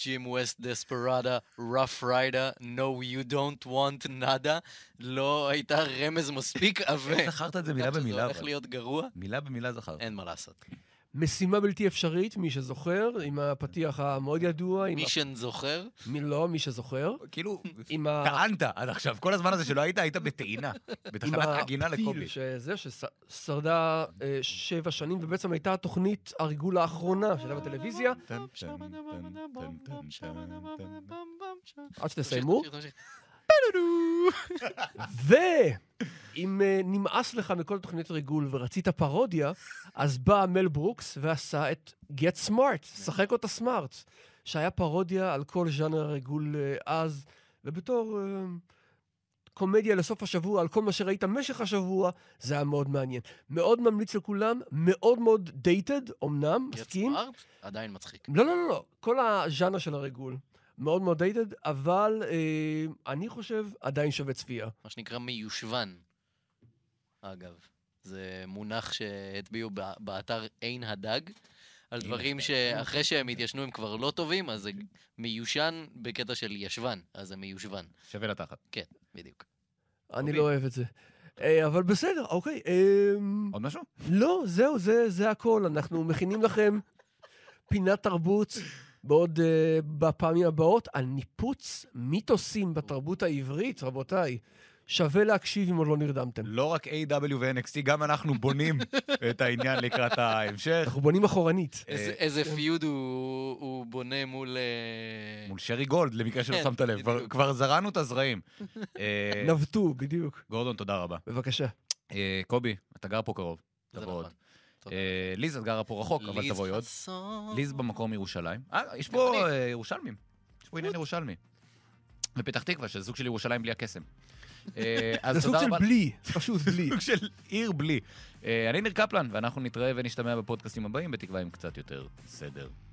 [SPEAKER 4] ג'ים ווסט דספרדה, רף ריידה, No you don't want nada, לא הייתה רמז מספיק עבה.
[SPEAKER 3] איך זכרת את זה אה. מילה
[SPEAKER 4] שזה
[SPEAKER 3] במילה?
[SPEAKER 4] הולך
[SPEAKER 3] אבל?
[SPEAKER 4] להיות גרוע?
[SPEAKER 3] מילה במילה זכרת.
[SPEAKER 4] אין מה לעשות.
[SPEAKER 5] משימה בלתי אפשרית, מי שזוכר, עם הפתיח המאוד ידוע, עם...
[SPEAKER 4] מי שזוכר,
[SPEAKER 5] ה... מי לא, מי שזוכר,
[SPEAKER 3] כאילו,
[SPEAKER 5] עם, ה...
[SPEAKER 3] טענת עד עכשיו. כל הזמן הזה שלא היית, היית בטעינה.
[SPEAKER 5] עם
[SPEAKER 3] בתחנת עגינה לקובי.
[SPEAKER 5] שזה, ששרדה אה, שבע שנים, ובעצם הייתה התוכנית הריגול האחרונה שהייתה בטלוויזיה,
[SPEAKER 3] טן, טן, טן, טן, טן, טן, טן.
[SPEAKER 5] עד שתסיימו,
[SPEAKER 4] תמשיך, תמשיך, תמשיך.
[SPEAKER 5] ואם אה, נמאס לך מכל תוכנית ריגול ורצית פרודיה, אז בא מל ברוקס ועשה את Get Smart, שחק אותה סמארט, שהיה פרודיה על כל ז'אנר הריגול אה, אז, ובתור אה, קומדיה לסוף השבוע, על כל מה שראית משך השבוע, זה היה מאוד מעניין. מאוד ממליץ לכולם, מאוד מאוד דייטד, אמנם,
[SPEAKER 4] Get
[SPEAKER 5] מסכים?
[SPEAKER 4] smart? עדיין מצחיק.
[SPEAKER 5] לא, לא, לא, לא. כל הז'אנר של הריגול. מאוד מאוד דייטד, אבל אה, אני חושב עדיין שווה צפייה.
[SPEAKER 4] מה שנקרא מיושבן, אגב. זה מונח שהטביעו בא- באתר עין הדג, על דברים שאחרי שהם התיישנו הם כבר לא טובים, אז זה מיושן בקטע של ישבן, אז זה מיושבן,
[SPEAKER 3] שווה לתחת.
[SPEAKER 4] בדיוק.
[SPEAKER 5] אני לא אוהב את זה. אה, אבל בסדר, אוקיי. אה,
[SPEAKER 3] עוד משהו?
[SPEAKER 5] לא, זהו, זה, זה הכל. אנחנו מכינים לכם פינת תרבות בעוד, אה, בפעמים הבאות, על ניפוץ מיתוסים בתרבות העברית, רבותיי. שווה להקשיב אם עוד לא נרדמתם.
[SPEAKER 3] לא רק A.W. ו-NXT, גם אנחנו בונים את העניין לקראת ההמשך.
[SPEAKER 5] אנחנו בונים אחורנית.
[SPEAKER 3] אה,
[SPEAKER 4] איזה- איזה
[SPEAKER 3] כן.
[SPEAKER 4] פיוד הוא הוא בונה מול... אה,
[SPEAKER 3] מול שרי גולד, למקרה שלא
[SPEAKER 4] כן,
[SPEAKER 3] שמת לב. כבר-
[SPEAKER 4] בדיוק.
[SPEAKER 3] כבר זרענו את הזרעים. אה,
[SPEAKER 5] נבטו, בדיוק.
[SPEAKER 3] גורדון, תודה רבה.
[SPEAKER 5] בבקשה.
[SPEAKER 3] אה, קובי, אתה גר פה קרוב.
[SPEAKER 4] זה
[SPEAKER 3] תבוא עוד.
[SPEAKER 4] נכון. תודה.
[SPEAKER 3] אה, ליז, את גרה פה רחוק, אבל
[SPEAKER 4] ליז
[SPEAKER 3] תבואי עוד.
[SPEAKER 4] חסון.
[SPEAKER 3] ליז במקור מירושלים. אה, יש פה אה, ירושלמים. יש פה עניין ירושלמי. בפתח תקווה, שזה סוג של ירושלים בלי הקסם. אה, אז
[SPEAKER 5] זה סוג
[SPEAKER 3] תודה
[SPEAKER 5] של
[SPEAKER 3] רבה.
[SPEAKER 5] בלי, זה פשוט בלי.
[SPEAKER 3] סוג של עיר בלי. אה, אני ניר קפלן, ואנחנו נתראה ונשתמע בפודקאסטים הבאים, בתקווה עם קצת יותר סדר